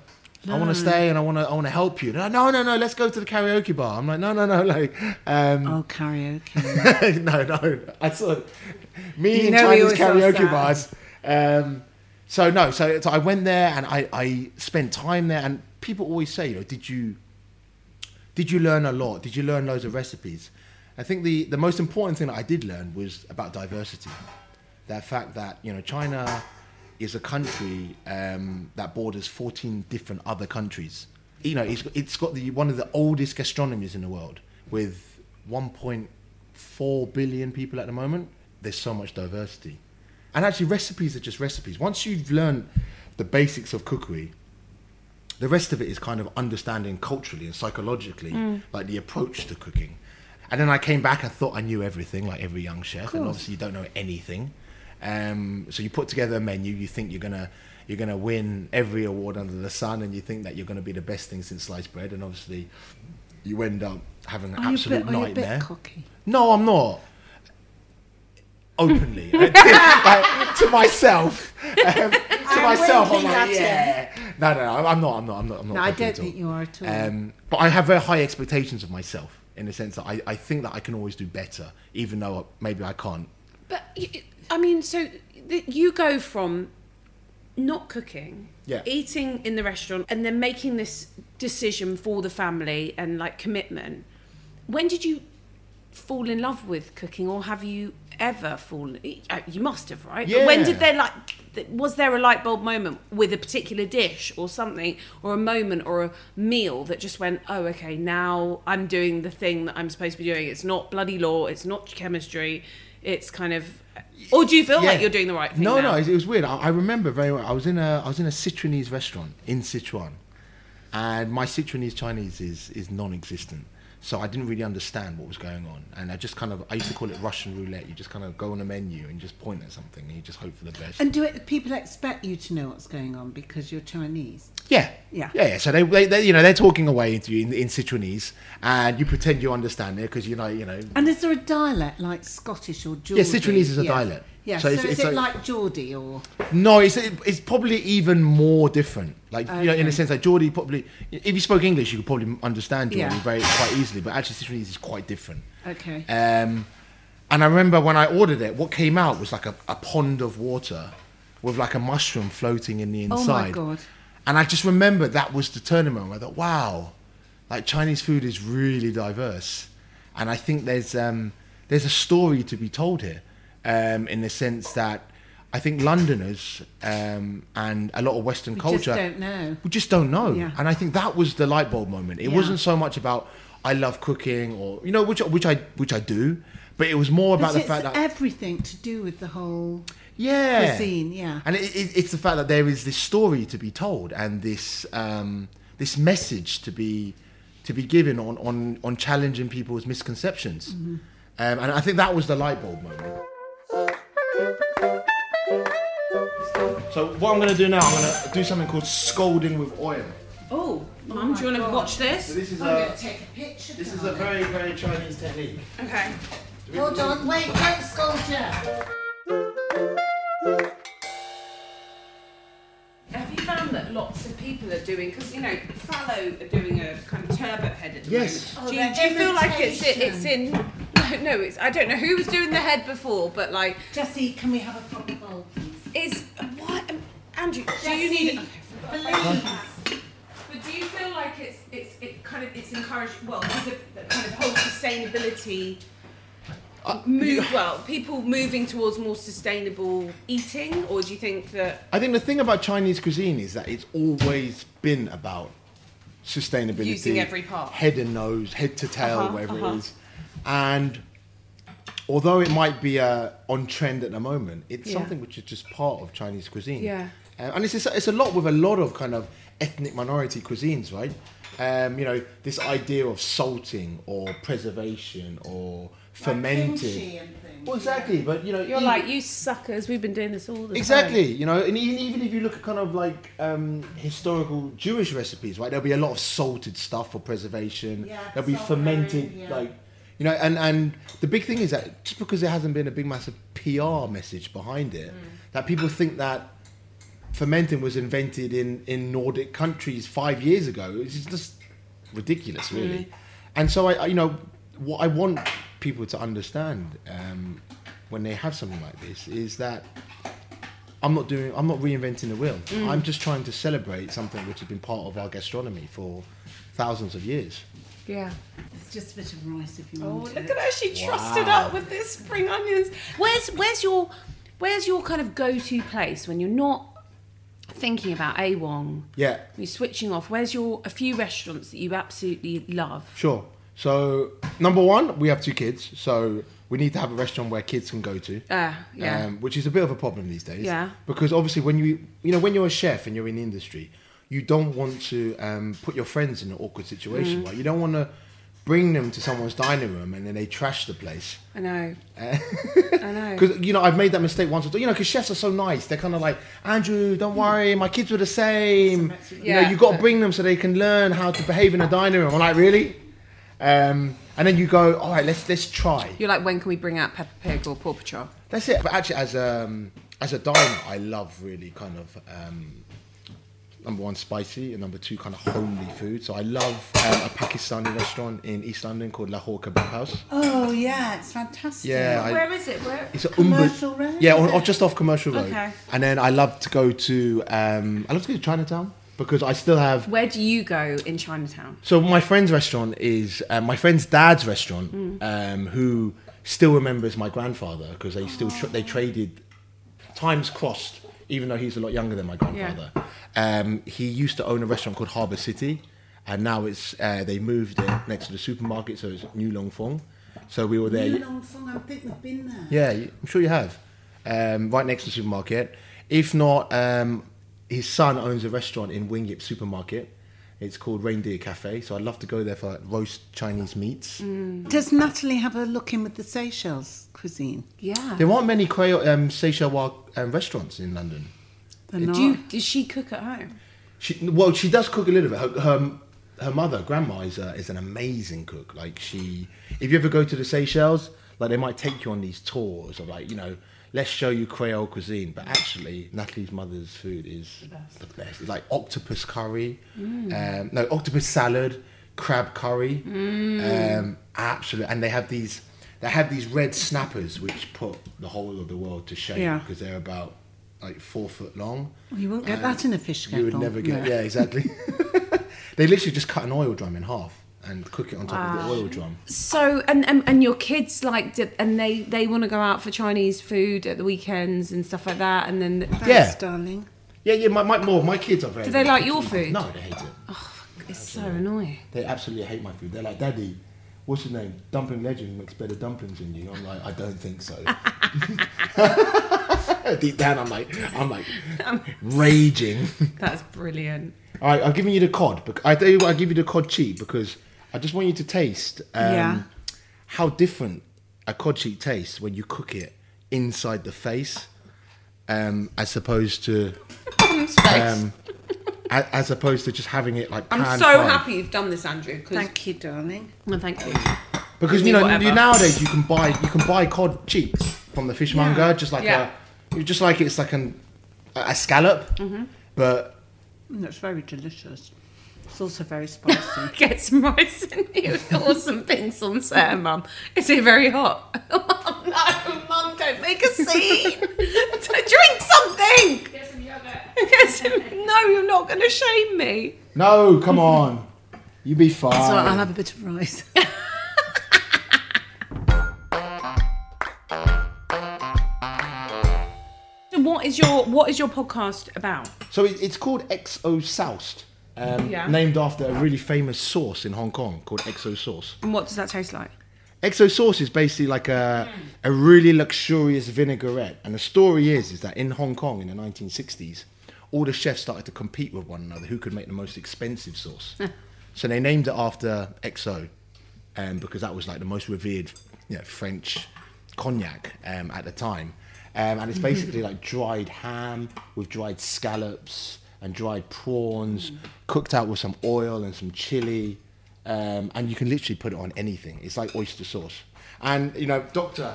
I want to stay and I want to. I want to help you. And they're like, No, no, no. Let's go to the karaoke bar. I'm like, no, no, no. Like, um,
Oh, karaoke.
no, no. I saw me
You
in
Oh. know we
Chinese
always ask
karaoke
that.
bars. Um, so no, so, so I went there and I, I spent time there. And people always say, you know, did you did you learn a lot? Did you learn loads of recipes? I think the the most important thing that I did learn was about diversity. That fact that you know China is a country um, that borders 14 different other countries. You know, it's, it's got the one of the oldest gastronomies in the world with 1.4 billion people at the moment. There's so much diversity. And actually, recipes are just recipes. Once you've learned the basics of cookery, the rest of it is kind of understanding culturally and psychologically, like the approach to cooking. And then I came back and thought I knew everything, like every young chef, and obviously you don't know anything. Um, so you put together a menu, you think you're gonna you're gonna win every award under the sun, and you think that you're gonna be the best thing since sliced bread, and obviously you end up having an
Are Oh, you a
absolute
bit- are you a bit
nightmare.
cocky?
No, I'm not. Openly, Like, to myself, um, to myself, I'm
winking at
like,
him.
yeah. No, no, no, I'm not. I'm not. I'm not. I'm not.
No, I
cocky
don't
at all.
think you are at all.
Um, but I have very high expectations of myself in the sense that I, I think that I can always do better, even though maybe I can't.
But y- I mean, so th- you go from not cooking,
Yeah.
eating in the restaurant, and then making this decision for the family and like commitment. When did you fall in love with cooking, or have you ever fallen? y- uh, You must have, right? But when
Yeah.
did they like th- was there a light bulb moment with a particular dish or something or a moment or a meal that just went oh okay now i'm doing the thing that i'm supposed to be doing it's not bloody law it's not chemistry it's kind of or do you feel like
Yeah.
you're doing the right thing
No,
now?
no, it, it was weird. I, I remember very well. I was in a I was in a Sichuanese restaurant in Sichuan, and my Sichuanese Chinese is is non-existent. So I didn't really understand what was going on, and I just kind of I used to call it Russian roulette. You just kind of go on a menu and just point at something, and you just hope for the best.
And do it? People expect you to know what's going on because you're Chinese.
Yeah.
Yeah.
Yeah. yeah. So they, they, they, you know, they're talking away to you in, in Sichuanese, and you pretend you understand it because you know, you know.
And is there a dialect like Scottish or Geordie?
Yeah, Sichuanese is a
Yeah.
dialect.
Yeah.
So
So,
it's-
is
it's
it
like-
like Geordie or?
No, it's it's probably even more different. Like you know, in
Okay.
a sense, like Geordie probably, if you spoke English, you could probably understand Geordie
Yeah.
very quite easily. But actually, Sichuanese is quite different.
Okay.
Um, and I remember when I ordered it, what came out was like a, a pond of water with like a mushroom floating in the
Oh my
inside.
God.
And I just remember that was the turning moment. I thought, wow, like Chinese food is really diverse, and I think there's um, there's a story to be told here, um, in the sense that I think Londoners um, and a lot of Western
We just
culture
don't know.
we just don't know.
Yeah.
And I think that was the light bulb moment. It
Yeah.
wasn't so much about I love cooking or you know which which I which I do, but it was more about
But
the
it's
fact that
everything to do with the whole.
yeah
cuisine, yeah.
and it, it, it's the fact that there is this story to be told and this um, this message to be to be given on on on challenging people's misconceptions. Um, and I think that was the light bulb moment. So what I'm going to do now, I'm going to do something called scalding with oil.
oh mum do you want to watch
So
this
this is
I'm going
a
to take a picture.
this is a very very Chinese technique.
okay
Hold on, wait, wait, soldier.
Have you found that lots of people are doing because you know fallow are doing a kind of turbot head at the
Yes.
moment? do
Oh,
you,
the
do you feel like it's it's in?
imitation.
No, no, it's I don't know who was doing the head before, but like
Jesse, can we have a proper bowl, please?
is what um, Andrew? Do you need? But do you feel like it's it's it kind of it's encouraged? Well, there's a kind of whole sustainability.
Uh,
move, well, people moving towards more sustainable eating, or do you think that
I think the thing about Chinese cuisine is that it's always been about sustainability,
Using every part.
head and nose, head to tail,
Uh-huh,
whatever
uh-huh.
it is. And although it might be uh, on trend at the moment, it's
Yeah.
something which is just part of Chinese cuisine.
Yeah.
Um, and it's, it's it's a lot with a lot of kind of ethnic minority cuisines, right? Um, you know, this idea of salting or preservation or fermented. well, exactly, but you know,
you're
even-
like you suckers? We've been doing this all the time.
Mm. Exactly, you know, and even, even if you look at kind of like um, historical Jewish recipes, right? There'll be a lot of salted stuff for preservation.
Yeah,
There'll be
salt
fermented,
herring, yeah.
like you know, and and the big thing is that just because there hasn't been a big massive PR message behind it,
Mm.
that people think that fermenting was invented in in Nordic countries five years ago. It's just
Mm.
ridiculous, really. And so I, I, you know, what I want people to understand um, when they have something like this is that I'm not doing. I'm not reinventing the wheel.
Mm.
I'm just trying to celebrate something which has been part of our gastronomy for thousands of years.
Yeah.
It's just a bit of rice if you
Oh,
want.
look at her! She trusted up with this spring onions. Where's where's your where's your kind of go-to place when you're not thinking about a wong?
Yeah,
You're switching off. Where's your a few restaurants that you absolutely love?
sure. So number one, we have two kids, so we need to have a restaurant where kids can go to.
Ah, yeah.
Um, which is a bit of a problem these days.
Yeah.
Because obviously, when you you know when you're a chef and you're in the industry, you don't want to um, put your friends in an awkward
Mm.
situation. Right? You don't want to bring them to someone's dining room and then they trash the place.
I know. I know.
Because you know I've made that mistake once or two. You know, because chefs are so nice. They're kind of like Andrew, don't worry, my kids were the same. You know,
Yeah.
you got to bring them so they can learn how to behave in a dining room. I'm like, really? Um, and then you go, all right, let's let's try.
You're like, when can we bring out Peppa Pig or Paw Patrol?
That's it. But actually, as um, as a diner, I love really kind of um, number one spicy and number two kind of homely food. So I love um, a Pakistani restaurant in East London called Lahore Kebab House.
Oh, yeah, it's fantastic.
Yeah, I-
Where is it? Where?
It's a
Commercial Road,
Yeah, on,
is
or
it?
just off Commercial Road.
Okay.
And then I love to go to um, I love to go to Chinatown because I still have
Where do you go in Chinatown?
So my friend's restaurant is uh, my friend's dad's restaurant,
Hmm.
um, who still remembers my grandfather because they still tra- they traded. Times crossed. even though he's a lot younger than my grandfather. Um, he used to own a restaurant called Harbour City, and now it's uh, they moved it next to the supermarket, so it's New Long Fong. So we were there.
New Long Fong, I think we've been there.
Yeah, you- I'm sure you have. Um, right next to the supermarket. If not, um, his son owns a restaurant in Wingyip Supermarket. It's called Reindeer Cafe, so I'd love to go there for like, roast Chinese meats.
Does Natalie have a look in with the Seychelles cuisine?
Yeah.
There aren't many Creole, um, Seychellois um, restaurants in London.
They're
Do
not.
you, does she cook at home?
She, well, she does cook a little bit. Her, her, her mother, grandma, is, uh, is an amazing cook. Like she, if you ever go to the Seychelles, like they might take you on these tours of like you know, let's show you Creole cuisine. But actually, Natalie's mother's food is the best. It's like octopus curry, um, no octopus salad, crab curry, um, absolute. And they have these, they have these red snappers which put the whole of the world to shame
Yeah.
because they're about like four foot long.
You won't get that in a fish
Uh, You would
kettle.
never get.
No.
Yeah, exactly. they literally just cut an oil drum in half and cook it on top of the oil drum.
So and, and and your kids like did, and they they want to go out for Chinese food at the weekends and stuff like that and then
Thanks,
Yeah.
darling.
Yeah, yeah. My, my more my kids are very.
Do they like your food?
No, they hate it.
it's so annoying.
They absolutely hate my food. They're like, Daddy, what's his name? Dumpling Legend makes better dumplings than you. I'm like, I don't think so. Deep down, I'm like, I'm like raging.
That's brilliant.
All right, I'm giving you the cod. bec- I tell you what, I give you the cod cheat because I just want you to taste um,
Yeah.
how different a cod cheat tastes when you cook it inside the face, um, as opposed to um, a- as opposed to just having it like.
I'm
pan
so
fried.
happy you've done this, Andrew. Cause,
Thank you, darling.
Well, thank you.
because
Give
you
me
know you,
whatever.
nowadays you can buy you can buy cod cheeks from the fishmonger just like
Yeah.
a you just like it's like an a a scallop,
Mm-hmm.
but
Mm, That's very delicious. It's also very spicy.
Get some rice in you or some things on there, Mum. Is it very hot? oh no, Mum, don't make a scene. Drink something. Get some yogurt. no, you're not going to shame me.
no, come on, you be fine.
so I'll have a bit of rice.
So what is your what is your podcast about?
So it, it's called XO Soused, um,
Yeah.
named after a really famous sauce in Hong Kong called XO Sauce.
And what does that taste like?
XO Sauce is basically like a, a really luxurious vinaigrette. And the story is, is that in Hong Kong in the 1960s, all the chefs started to compete with one another who could make the most expensive sauce. so they named it after XO um, because that was like the most revered you know, French cognac um, at the time. Um, and it's basically like dried ham with dried scallops and dried prawns, cooked out with some oil and some chili. Um, and you can literally put it on anything. It's like oyster sauce. And, you know, Dr.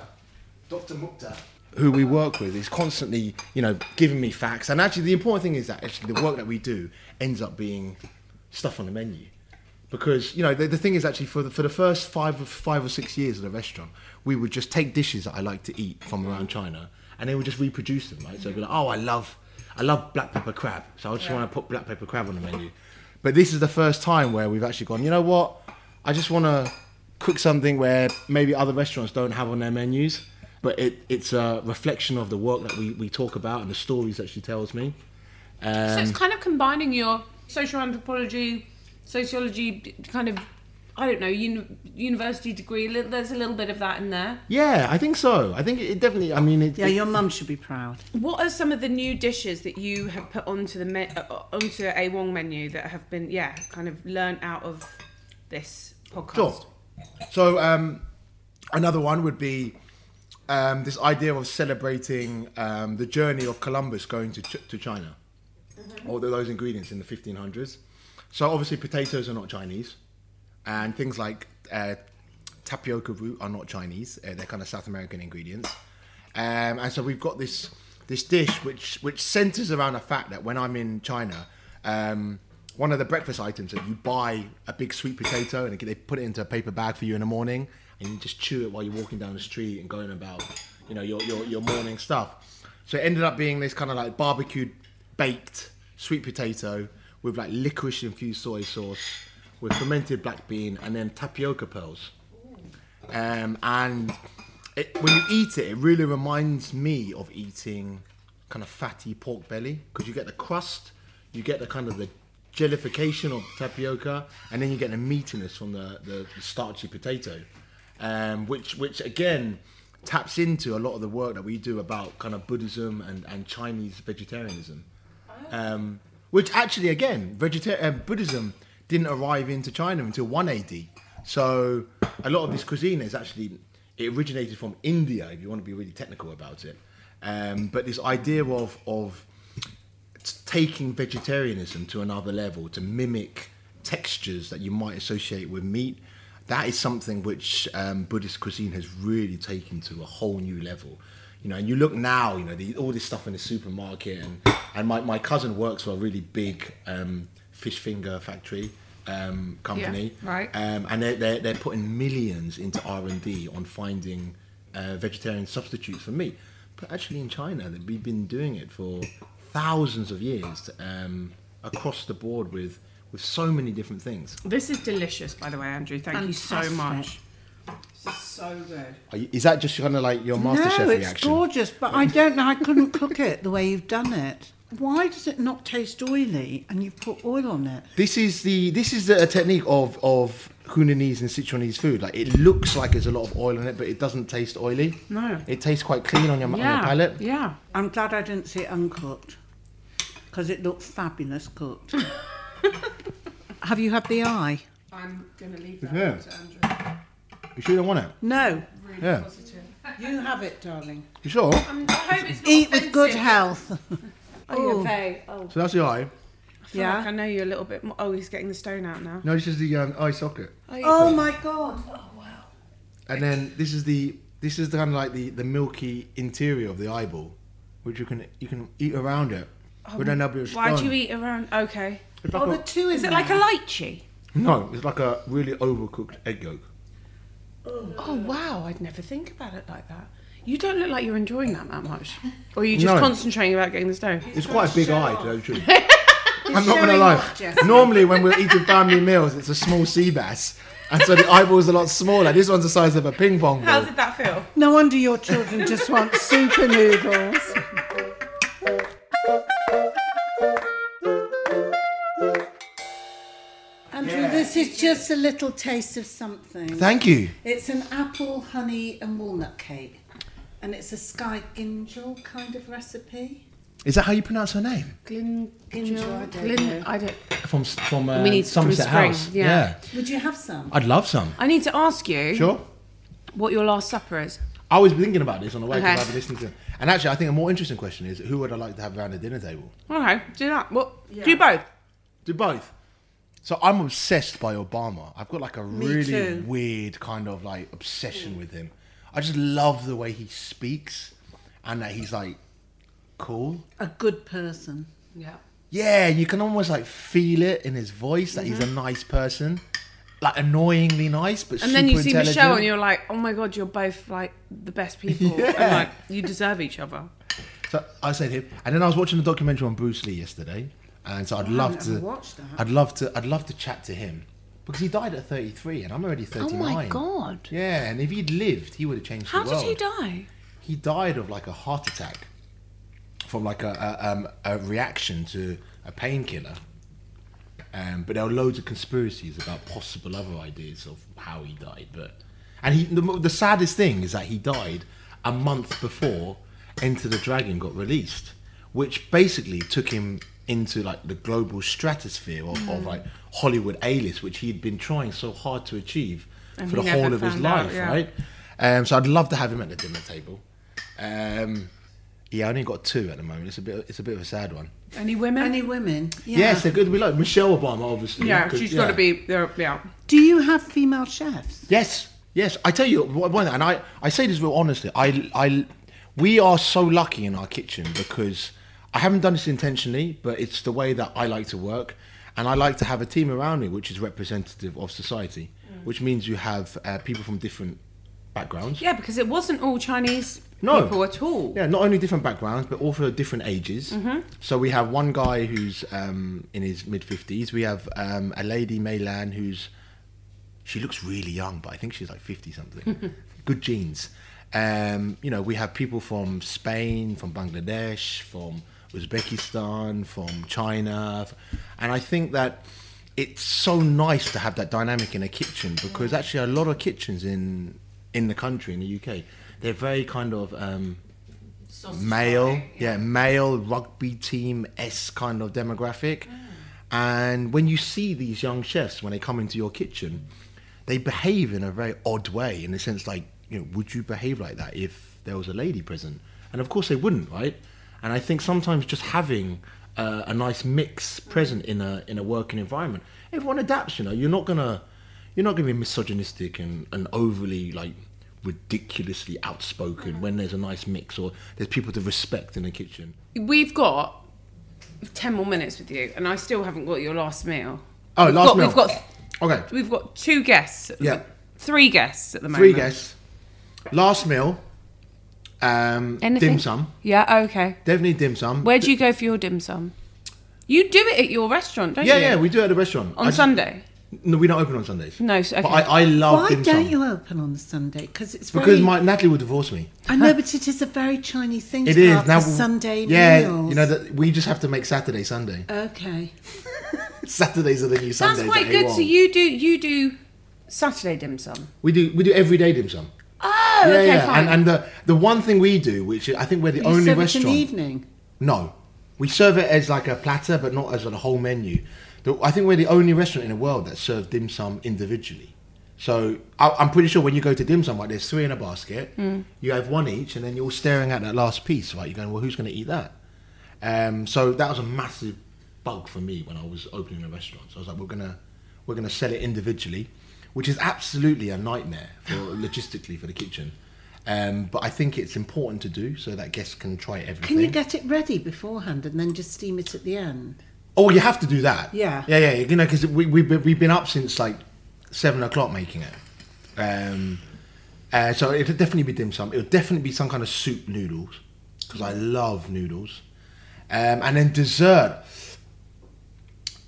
Dr. Mukta, who we work with, is constantly, you know, giving me facts. And actually, the important thing is that actually the work that we do ends up being stuff on the menu. Because you know the, the thing is actually for the, for the first five or five or six years of the restaurant, we would just take dishes that I like to eat from around China, and they would just reproduce them. Right, so it'd be like, oh, I love I love black pepper crab, so I just want to put black pepper crab on the menu. But this is the first time where we've actually gone. You know what? I just want to cook something where maybe other restaurants don't have on their menus, but it, it's a reflection of the work that we, we talk about and the stories that she tells me. Um,
so it's kind of combining your social anthropology, sociology, kind of I don't know uni- university degree. Li- There's a little bit of that in there.
Yeah, I think so. I think it definitely. I mean, it,
Yeah,
it-
your mum should be proud.
What are some of the new dishes that you have put onto the me- uh, onto a Wong menu that have been yeah kind of learnt out of this podcast?
Sure. So um, another one would be um, this idea of celebrating um, the journey of Columbus going to Ch- to China, all of those ingredients in the 1500s. So obviously potatoes are not Chinese, and things like uh, tapioca root are not Chinese. Uh, they're kind of South American ingredients, um, and so we've got this this dish which which centers around the fact that when I'm in China. Um, one of the breakfast items that you buy a big sweet potato and they put it into a paper bag for you in the morning and you just chew it while you're walking down the street and going about you know your your, your morning stuff so it ended up being this kind of like barbecued baked sweet potato with like licorice infused soy sauce with fermented black bean and then tapioca pearls um, and it, when you eat it, it really reminds me of eating kind of fatty pork belly because you get the crust, you get the kind of the jellification of tapioca, and then you get the meatiness from the, the, the starchy potato, um, which which again taps into a lot of the work that we do about kind of Buddhism and, and Chinese vegetarianism, um, which actually again vegetarian uh, Buddhism didn't arrive into China until 1 AD. So a lot of this cuisine is actually it originated from India, if you want to be really technical about it. Um, but this idea of of t- taking vegetarianism to another level to mimic textures that you might associate with meat, that is something which um, Buddhist cuisine has really taken to a whole new level. You know, and you look now, you know, the, all this stuff in the supermarket, and, and my, my cousin works for a really big um, fish finger factory um, company,
Yeah, right.
um, and they're, they're, they're putting millions into r&d on finding uh, vegetarian substitutes for meat but actually in china that we've been doing it for thousands of years um, across the board with, with so many different things
This is delicious, by the way, Andrew. Thank you so
Fantastic.
much. This is so good.
Are you- is that just kind of like your
no,
masterchef
it's
reaction
gorgeous, but I don't know. I couldn't cook it the way you've done it. Why does it not taste oily? And you've put oil on it.
This is the this is the, a technique of of Hunanese and Sichuanese food. Like it looks like there's a lot of oil in it, but it doesn't taste oily.
No.
it tastes quite clean on your, on your
Yeah.
palate.
Yeah.
I'm glad I didn't see it uncooked, because it looked fabulous cooked. Have you had the eye?
I'm going to leave
Yeah.
that
to
Andrew.
You sure you don't want it?
No,
yeah,
you have it, darling.
you sure?
Um, I hope it's not
Eat with good
offensive.
health.
Oh, your face. Oh,
So that's the eye.
I feel like I know you a little bit more. Oh, he's getting the stone out now.
No, this is the um, eye socket.
Oh my god.
And then this is the this is the kind of like the, the milky interior of the eyeball, which you can you can eat around it. but then there'll be a
Oh, Why do
stone.
you eat around? Okay.
It's like
Oh, the
a,
two in
Is it
there.
like a lychee?
no, it's like a really overcooked egg yolk.
Oh, wow. I'd never think about it like that. You don't look like you're enjoying that that much. Or are you just
No.
concentrating about getting the stone?
It's quite a big eye, to tell the truth. I'm not gonna lie. Normally, when we're eating family meals, it's a small sea bass, and so the eyeball's a lot smaller. This one's the size of a ping pong
How
ball.
did that feel?
No wonder your children just want super noodles. Andrew, this is just a little taste of something.
Thank you.
It's an apple, honey, and walnut cake. And it's a sky ginjal kind of recipe.
Is that how you pronounce her name?
Glyn,
Ginjal, I don't know.
I don't.
From from uh,
We need some
Somerset
spring,
House.
yeah.
Would you have some?
I'd love some.
I need to ask you
Sure.
what your last supper is.
I was thinking about this on the way
Okay.
because I've been listening to. And actually, I think a more interesting question is who would I like to have around the dinner table?
Okay, do that. Well, do both.
Do both. So I'm obsessed by Obama. I've got like a really
too.
weird kind of like obsession with him. I just love the way he speaks and that he's like cool.
A good person.
Yeah.
Yeah, you can almost like feel it in his voice that he's a nice person. Like annoyingly nice, but
Mm-hmm. And then you
super
see Michelle
intelligent.
and you're like, oh my god, you're both like the best people.
Yeah.
And like, you deserve each other.
So I said him, and then I was watching a documentary on Bruce Lee yesterday, and so I'd love
haven't
to.
ever watched that.
I'd love to. I'd love to chat to him because he died at 33, and I'm already 39.
god.
Yeah, and if he'd lived, he would have changed
How
the world.
did he die?
He died of like a heart attack from like a a, um, a reaction to a painkiller. Um, but there were loads of conspiracies about possible other ideas of how he died. But and he, the, mo- the saddest thing is that he died a month before Enter the Dragon got released, which basically took him into like the global stratosphere of, of
Mm.
like Hollywood A-list, which he'd been trying so hard to achieve
And
for
he
the whole
never
of his
found out,
life,
yeah.
right? Um, so I'd love to have him at the dinner table. Um, yeah, I only got two at the moment. It's a bit. It's a bit of a sad one.
Any women?
Any women? Yeah.
Yes, they're good. We like Michelle Obama, obviously.
yeah,
she's
she's got to be there. Yeah.
Do you have female chefs?
Yes, yes. I tell you wh- one, and I, I say this real honestly. I, I, we are so lucky in our kitchen because I haven't done this intentionally, but it's the way that I like to work, and I like to have a team around me which is representative of society,
Mm.
which means you have uh, people from different backgrounds.
Yeah, because it wasn't all Chinese
No.
people at all.
Yeah, not only different backgrounds, but also different ages. So we have one guy who's um, in his mid 50s. We have um, a lady, Maylan, who's. She looks really young, but I think she's like 50 something. Good genes. Um, you know, we have people from Spain, from Bangladesh, from Uzbekistan, from China, and I think that it's so nice to have that dynamic in a kitchen because actually a lot of kitchens in in the country in the UK they're very kind of um, male, yeah, male rugby team s kind of demographic. And when you see these young chefs when they come into your kitchen, they behave in a very odd way. In the sense, like, you know, would you behave like that if there was a lady present? And of course, they wouldn't, right? And I think sometimes just having uh, a nice mix present in a in a working environment, everyone adapts. You know, you're not gonna you're not gonna be misogynistic and, and overly like ridiculously outspoken when there's a nice mix or there's people to respect in the kitchen.
We've got 10 more minutes with you, and I still haven't got your last meal.
Oh,
We've
last
got-
meal.
We've got,
Okay.
we've got two guests. at the-
Yeah.
Three guests at the moment.
Three guests. Last meal. Um,
Anything?
Dim sum.
Yeah, okay.
Definitely dim sum.
Where do you go for your dim sum? You do it at your restaurant, don't
yeah,
you?
yeah, we do it at a restaurant.
On
I just-
Sunday.
No, we don't open on Sundays.
No, so-
But
okay.
I, I love
Why
dim
don't
sum.
you open on the Sunday? Because it's very,
because my Natalie would divorce me.
I know, but it is a very Chinese thing.
It
to
is
have
now.
the Sunday
yeah,
meals.
you know that we just have to make Saturday Sunday.
okay.
Saturdays are the new Sundays.
That's
at
quite good.
AWOL.
So you do you do Saturday dim sum.
We do we do everyday dim sum.
Oh,
yeah,
okay,
yeah.
fine.
And, and the the one thing we do, which I think we're the
You
only
serve
restaurant.
it in the evening.
No, we serve it as like a platter, but not as a whole menu. The- I think we're the only restaurant in the world that serves dim sum individually. So I, I'm pretty sure when you go to dim sum, like there's three in a basket, you have one each, and then you're all staring at that last piece, right? You're going, well, who's going to eat that? Um, so that was a massive bug for me when I was opening the restaurant. So I was like, we're gonna we're gonna sell it individually, which is absolutely a nightmare for logistically for the kitchen. Um, but I think it's important to do so that guests can try everything.
Can you get it ready beforehand and then just steam it at the end?
Oh, you have to do that.
Yeah.
Yeah, yeah. You know, because we we've been, we've been up since like seven o'clock making it. Um, uh, so it'll definitely be dim sum. It'll definitely be some kind of soup noodles because I love noodles. Um, and then dessert.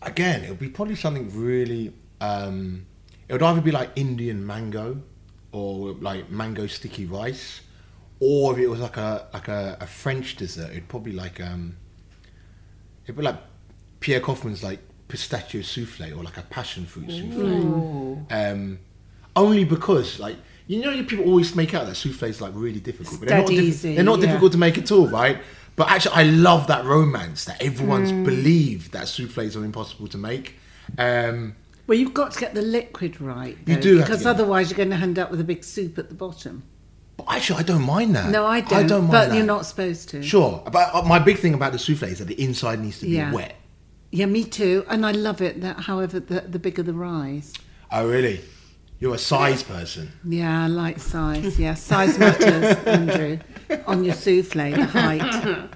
Again, it'll be probably something really. Um, it would either be like Indian mango, or like mango sticky rice, or if it was like a like a, a French dessert, it'd probably like um, It'd be like Pierre Kaufman's like pistachio souffle or like a passion fruit souffle. Um, only because like you know people always make out that souffle is like really difficult, but they're not,
Dead
diff-
easy,
they're not
yeah.
difficult to make at all, right? But actually, I love that romance that everyone's
Mm.
believed that souffles are impossible to make. Um,
Well, you've got to get the liquid right.
You
though,
do have to
because
get it.
otherwise you're going to end up with a big soup at the bottom.
but actually, I don't mind that.
No, I don't.
I don't mind
but
that.
you're not supposed to.
Sure, but uh, my big thing about the souffle is that the inside needs to be
Yeah.
wet.
Yeah, me too. And I love it. That, however, the, the bigger the rise.
Oh, really? You're a size person.
Yeah, I like size. Yeah, size matters, Andrew. On your souffle, the height.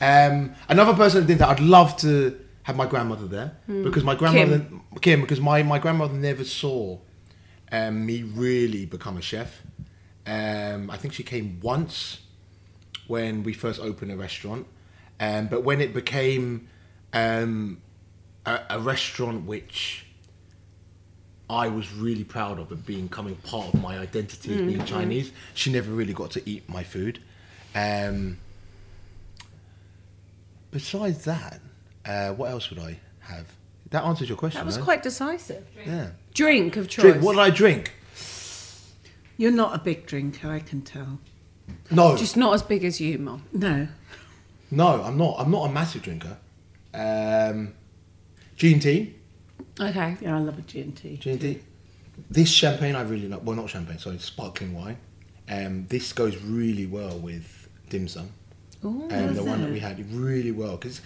Um, another person I think that I'd love to have my grandmother there because my grandmother Kim, because my, my grandmother never saw um, me really become a chef. Um, I think she came once when we first opened a restaurant, um, but when it became um, a, a restaurant which I was really proud of it being coming part of my identity as
Mm-hmm.
being Chinese. She never really got to eat my food. Um, besides that, uh, what else would I have? That answers your question.
That was
no?
quite decisive.
yeah.
Drink of choice.
Drink. What did I drink?
You're not a big drinker, I can tell.
No,
Just not as big as you, Mum.
No.
no, I'm not. I'm not a massive drinker. Um, gin tea,
Okay.
Yeah, I love a gin tea.
gin tea. This champagne I really like. Well, not champagne. Sorry, sparkling wine. Um, this goes really well with dim sum. um, the one that we had really well because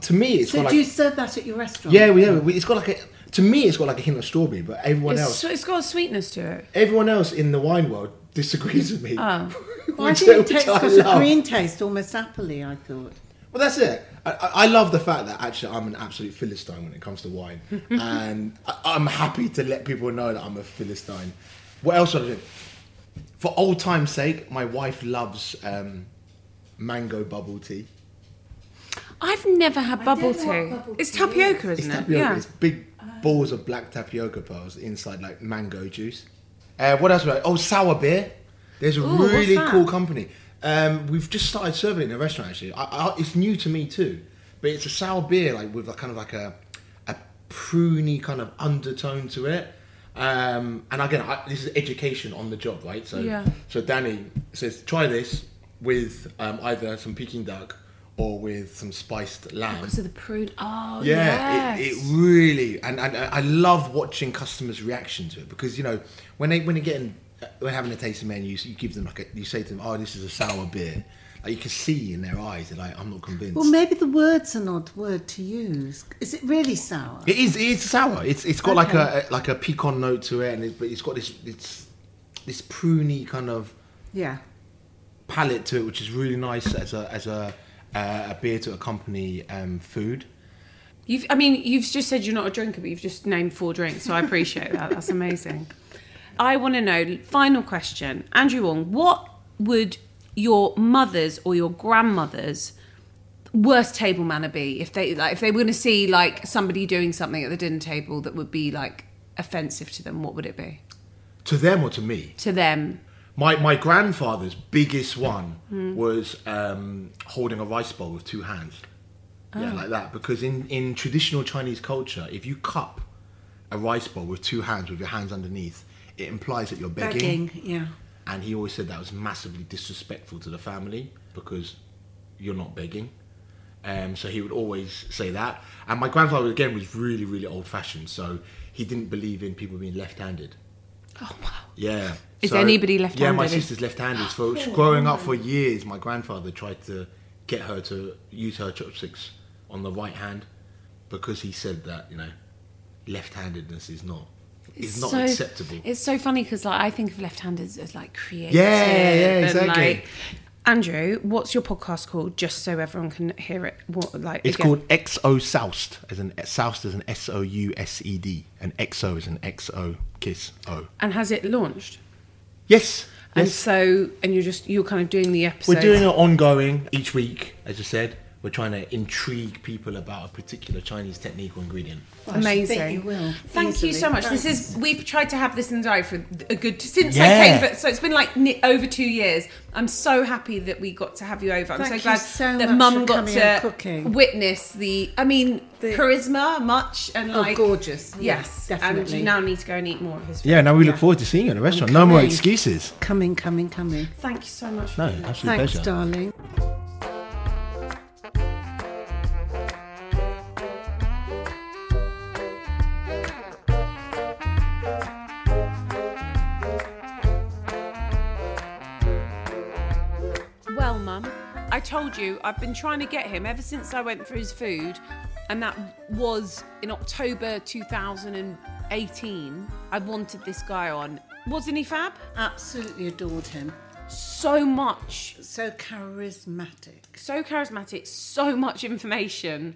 to me it's
So
got like
do you serve that at your restaurant?
yeah we have it. it's got like a to me it's got like a hint of strawberry but everyone
It's,
else
so- it's got a sweetness to it.
everyone else in the wine world disagrees with me.
Oh.
Well, I
Which-
think it
which
takes
I
got a
love.
green taste, almost appley, I thought.
Well, that's it. I, I I love the fact that actually I'm an absolute philistine when it comes to wine, and I, I'm happy to let people know that I'm a philistine. What else would I do? For old time's sake, my wife loves um, mango bubble tea.
I've never had bubble
don't
tea.
know what bubble
It's
tea
tapioca,
It's
isn't it?
tapioca. It's big balls of black tapioca pearls inside like mango juice. Uh, what else? would I- Oh, sour beer. There's a
Ooh, what's
really
that?
cool company. Um, we've just started serving it in a restaurant actually. I, I, it's new to me too, but it's a sour beer like with a kind of like a a pruny kind of undertone to it. Um, and again, I, this is education on the job, right? So,
Yeah.
so Danny says try this with um, either some Peking duck or with some spiced lamb.
So the prune. Oh,
Yeah,
yes.
it, it really, and, and I love watching customers' reaction to it because you know when they when they're getting when having a tasting menu, you, you give them like a, you say to them, "Oh, this is a sour beer." Like you can see in their eyes that like, I'm not convinced.
Well, maybe the word's an odd word to use. Is it really sour?
it is. It's sour. It's it's got like a, a- like a pecan note to it, and it, but it's got this it's this pruny kind of
Yeah.
palette to it, which is really nice as a as a uh, a beer to accompany um, food.
You've, I mean, you've just said you're not a drinker, but you've just named four drinks, so I appreciate that. That's amazing. I want to know, final question. Andrew Wong, what would your mother's or your grandmother's worst table manner be if they like if they were going to see like somebody doing something at the dinner table that would be like offensive to them what would it be
To them or to me?
to them
My my grandfather's biggest one was um, holding a rice bowl with two hands. Yeah, like that. Because in, in traditional Chinese culture, if you cup a rice bowl with two hands, with your hands underneath, it implies that you're begging.
Begging, yeah.
And he always said that was massively disrespectful to the family because you're not begging. Um, so he would always say that. And my grandfather, again, was really, really old fashioned. So he didn't believe in people being left handed.
oh wow
Yeah.
Is anybody
Yeah, my
left-handed? Oh,
sister's left-handed. So she- growing up for years, my grandfather tried to get her to use her chopsticks on the right hand because he said that you know left-handedness is not is not
so-
acceptable.
It's so funny because like I think of left-handers as like creative.
Yeah, yeah,
and,
exactly.
like- Andrew, what's your podcast called? Just so everyone can hear it. What like
It's
again.
called XO Soused, as an Soused as an S O U S E D, and XO is an XO kiss O.
and has it launched?
Yes,
And
yes.
so and you're just you're kind of doing the episode.
We're doing it ongoing each week, as I said. We're trying to intrigue people about a particular Chinese technique or ingredient.
Amazing.
think you will,
Thank
easily.
you so much. This is we've tried to have this in the diary for a good since
Yeah.
I came, but so it's been like ni- over two years. I'm so happy that we got to have you over. I'm
Thank you
so glad
so
that
much
Mum
for
got
coming
to
and cooking.
witness the. I mean,
The-
charisma much and
Oh,
like
gorgeous.
Yes,
Yes,
And you
definitely.
now need to go and eat more of his. Food.
Yeah, now we look forward to seeing you at the restaurant. No more
coming.
excuses.
Coming, coming, coming.
Thank you so much.
No,
for that.
absolute
Thanks,
pleasure.
darling.
Well, Mum, I told you I've been trying to get him ever since I went for his food, and that was in October 2018. I wanted this guy on. Wasn't he fab?
Absolutely adored him.
So much,
So charismatic.
so charismatic, so much information,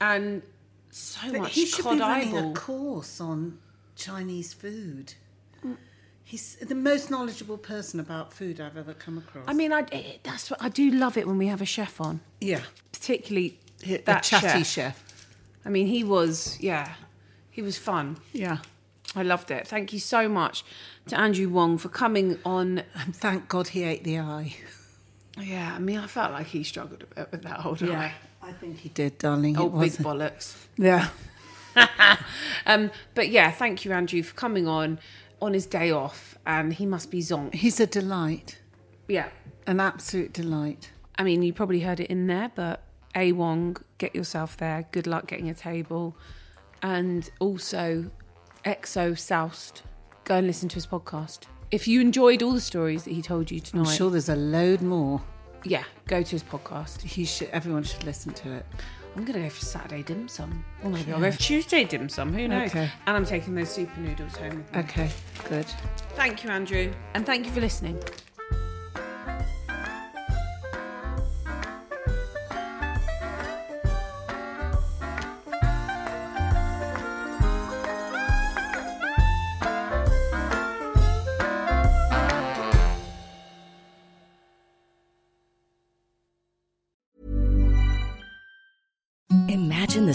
and so
But
much
he should
cod
be running
eyeball.
a course on Chinese food.
Mm.
He's the most knowledgeable person about food I've ever come across.
I mean, I it- that's what I do love it when we have a chef on,
yeah,
particularly
a
that
chatty
chef.
chef.
I mean, he was yeah, he was fun.
Yeah,
I loved it. Thank you so much to Andrew Wong for coming on.
and thank God he ate the eye.
Yeah, I mean, I felt like he struggled a bit with that whole time.
I think he did, darling.
Oh,
it was
big bollocks.
Yeah.
Um, but yeah, thank you, Andrew, for coming on on his day off. And he must be zonked.
He's a delight,
Yeah.
an absolute delight.
I mean, you probably heard it in there, but A Wong, get yourself there. Good luck getting a table. And also, Exo Soused, go and listen to his podcast. If you enjoyed all the stories that he told you
I'm
tonight,
sure there's a load more.
yeah, go to his podcast.
He should. Everyone should listen to it.
I'm gonna go for Saturday dim sum. Or maybe I'll go for Tuesday dim sum. Who knows?
Okay.
And I'm taking those super noodles home with me.
Okay, good.
Thank you, Andrew, and thank you for listening.
Imagine the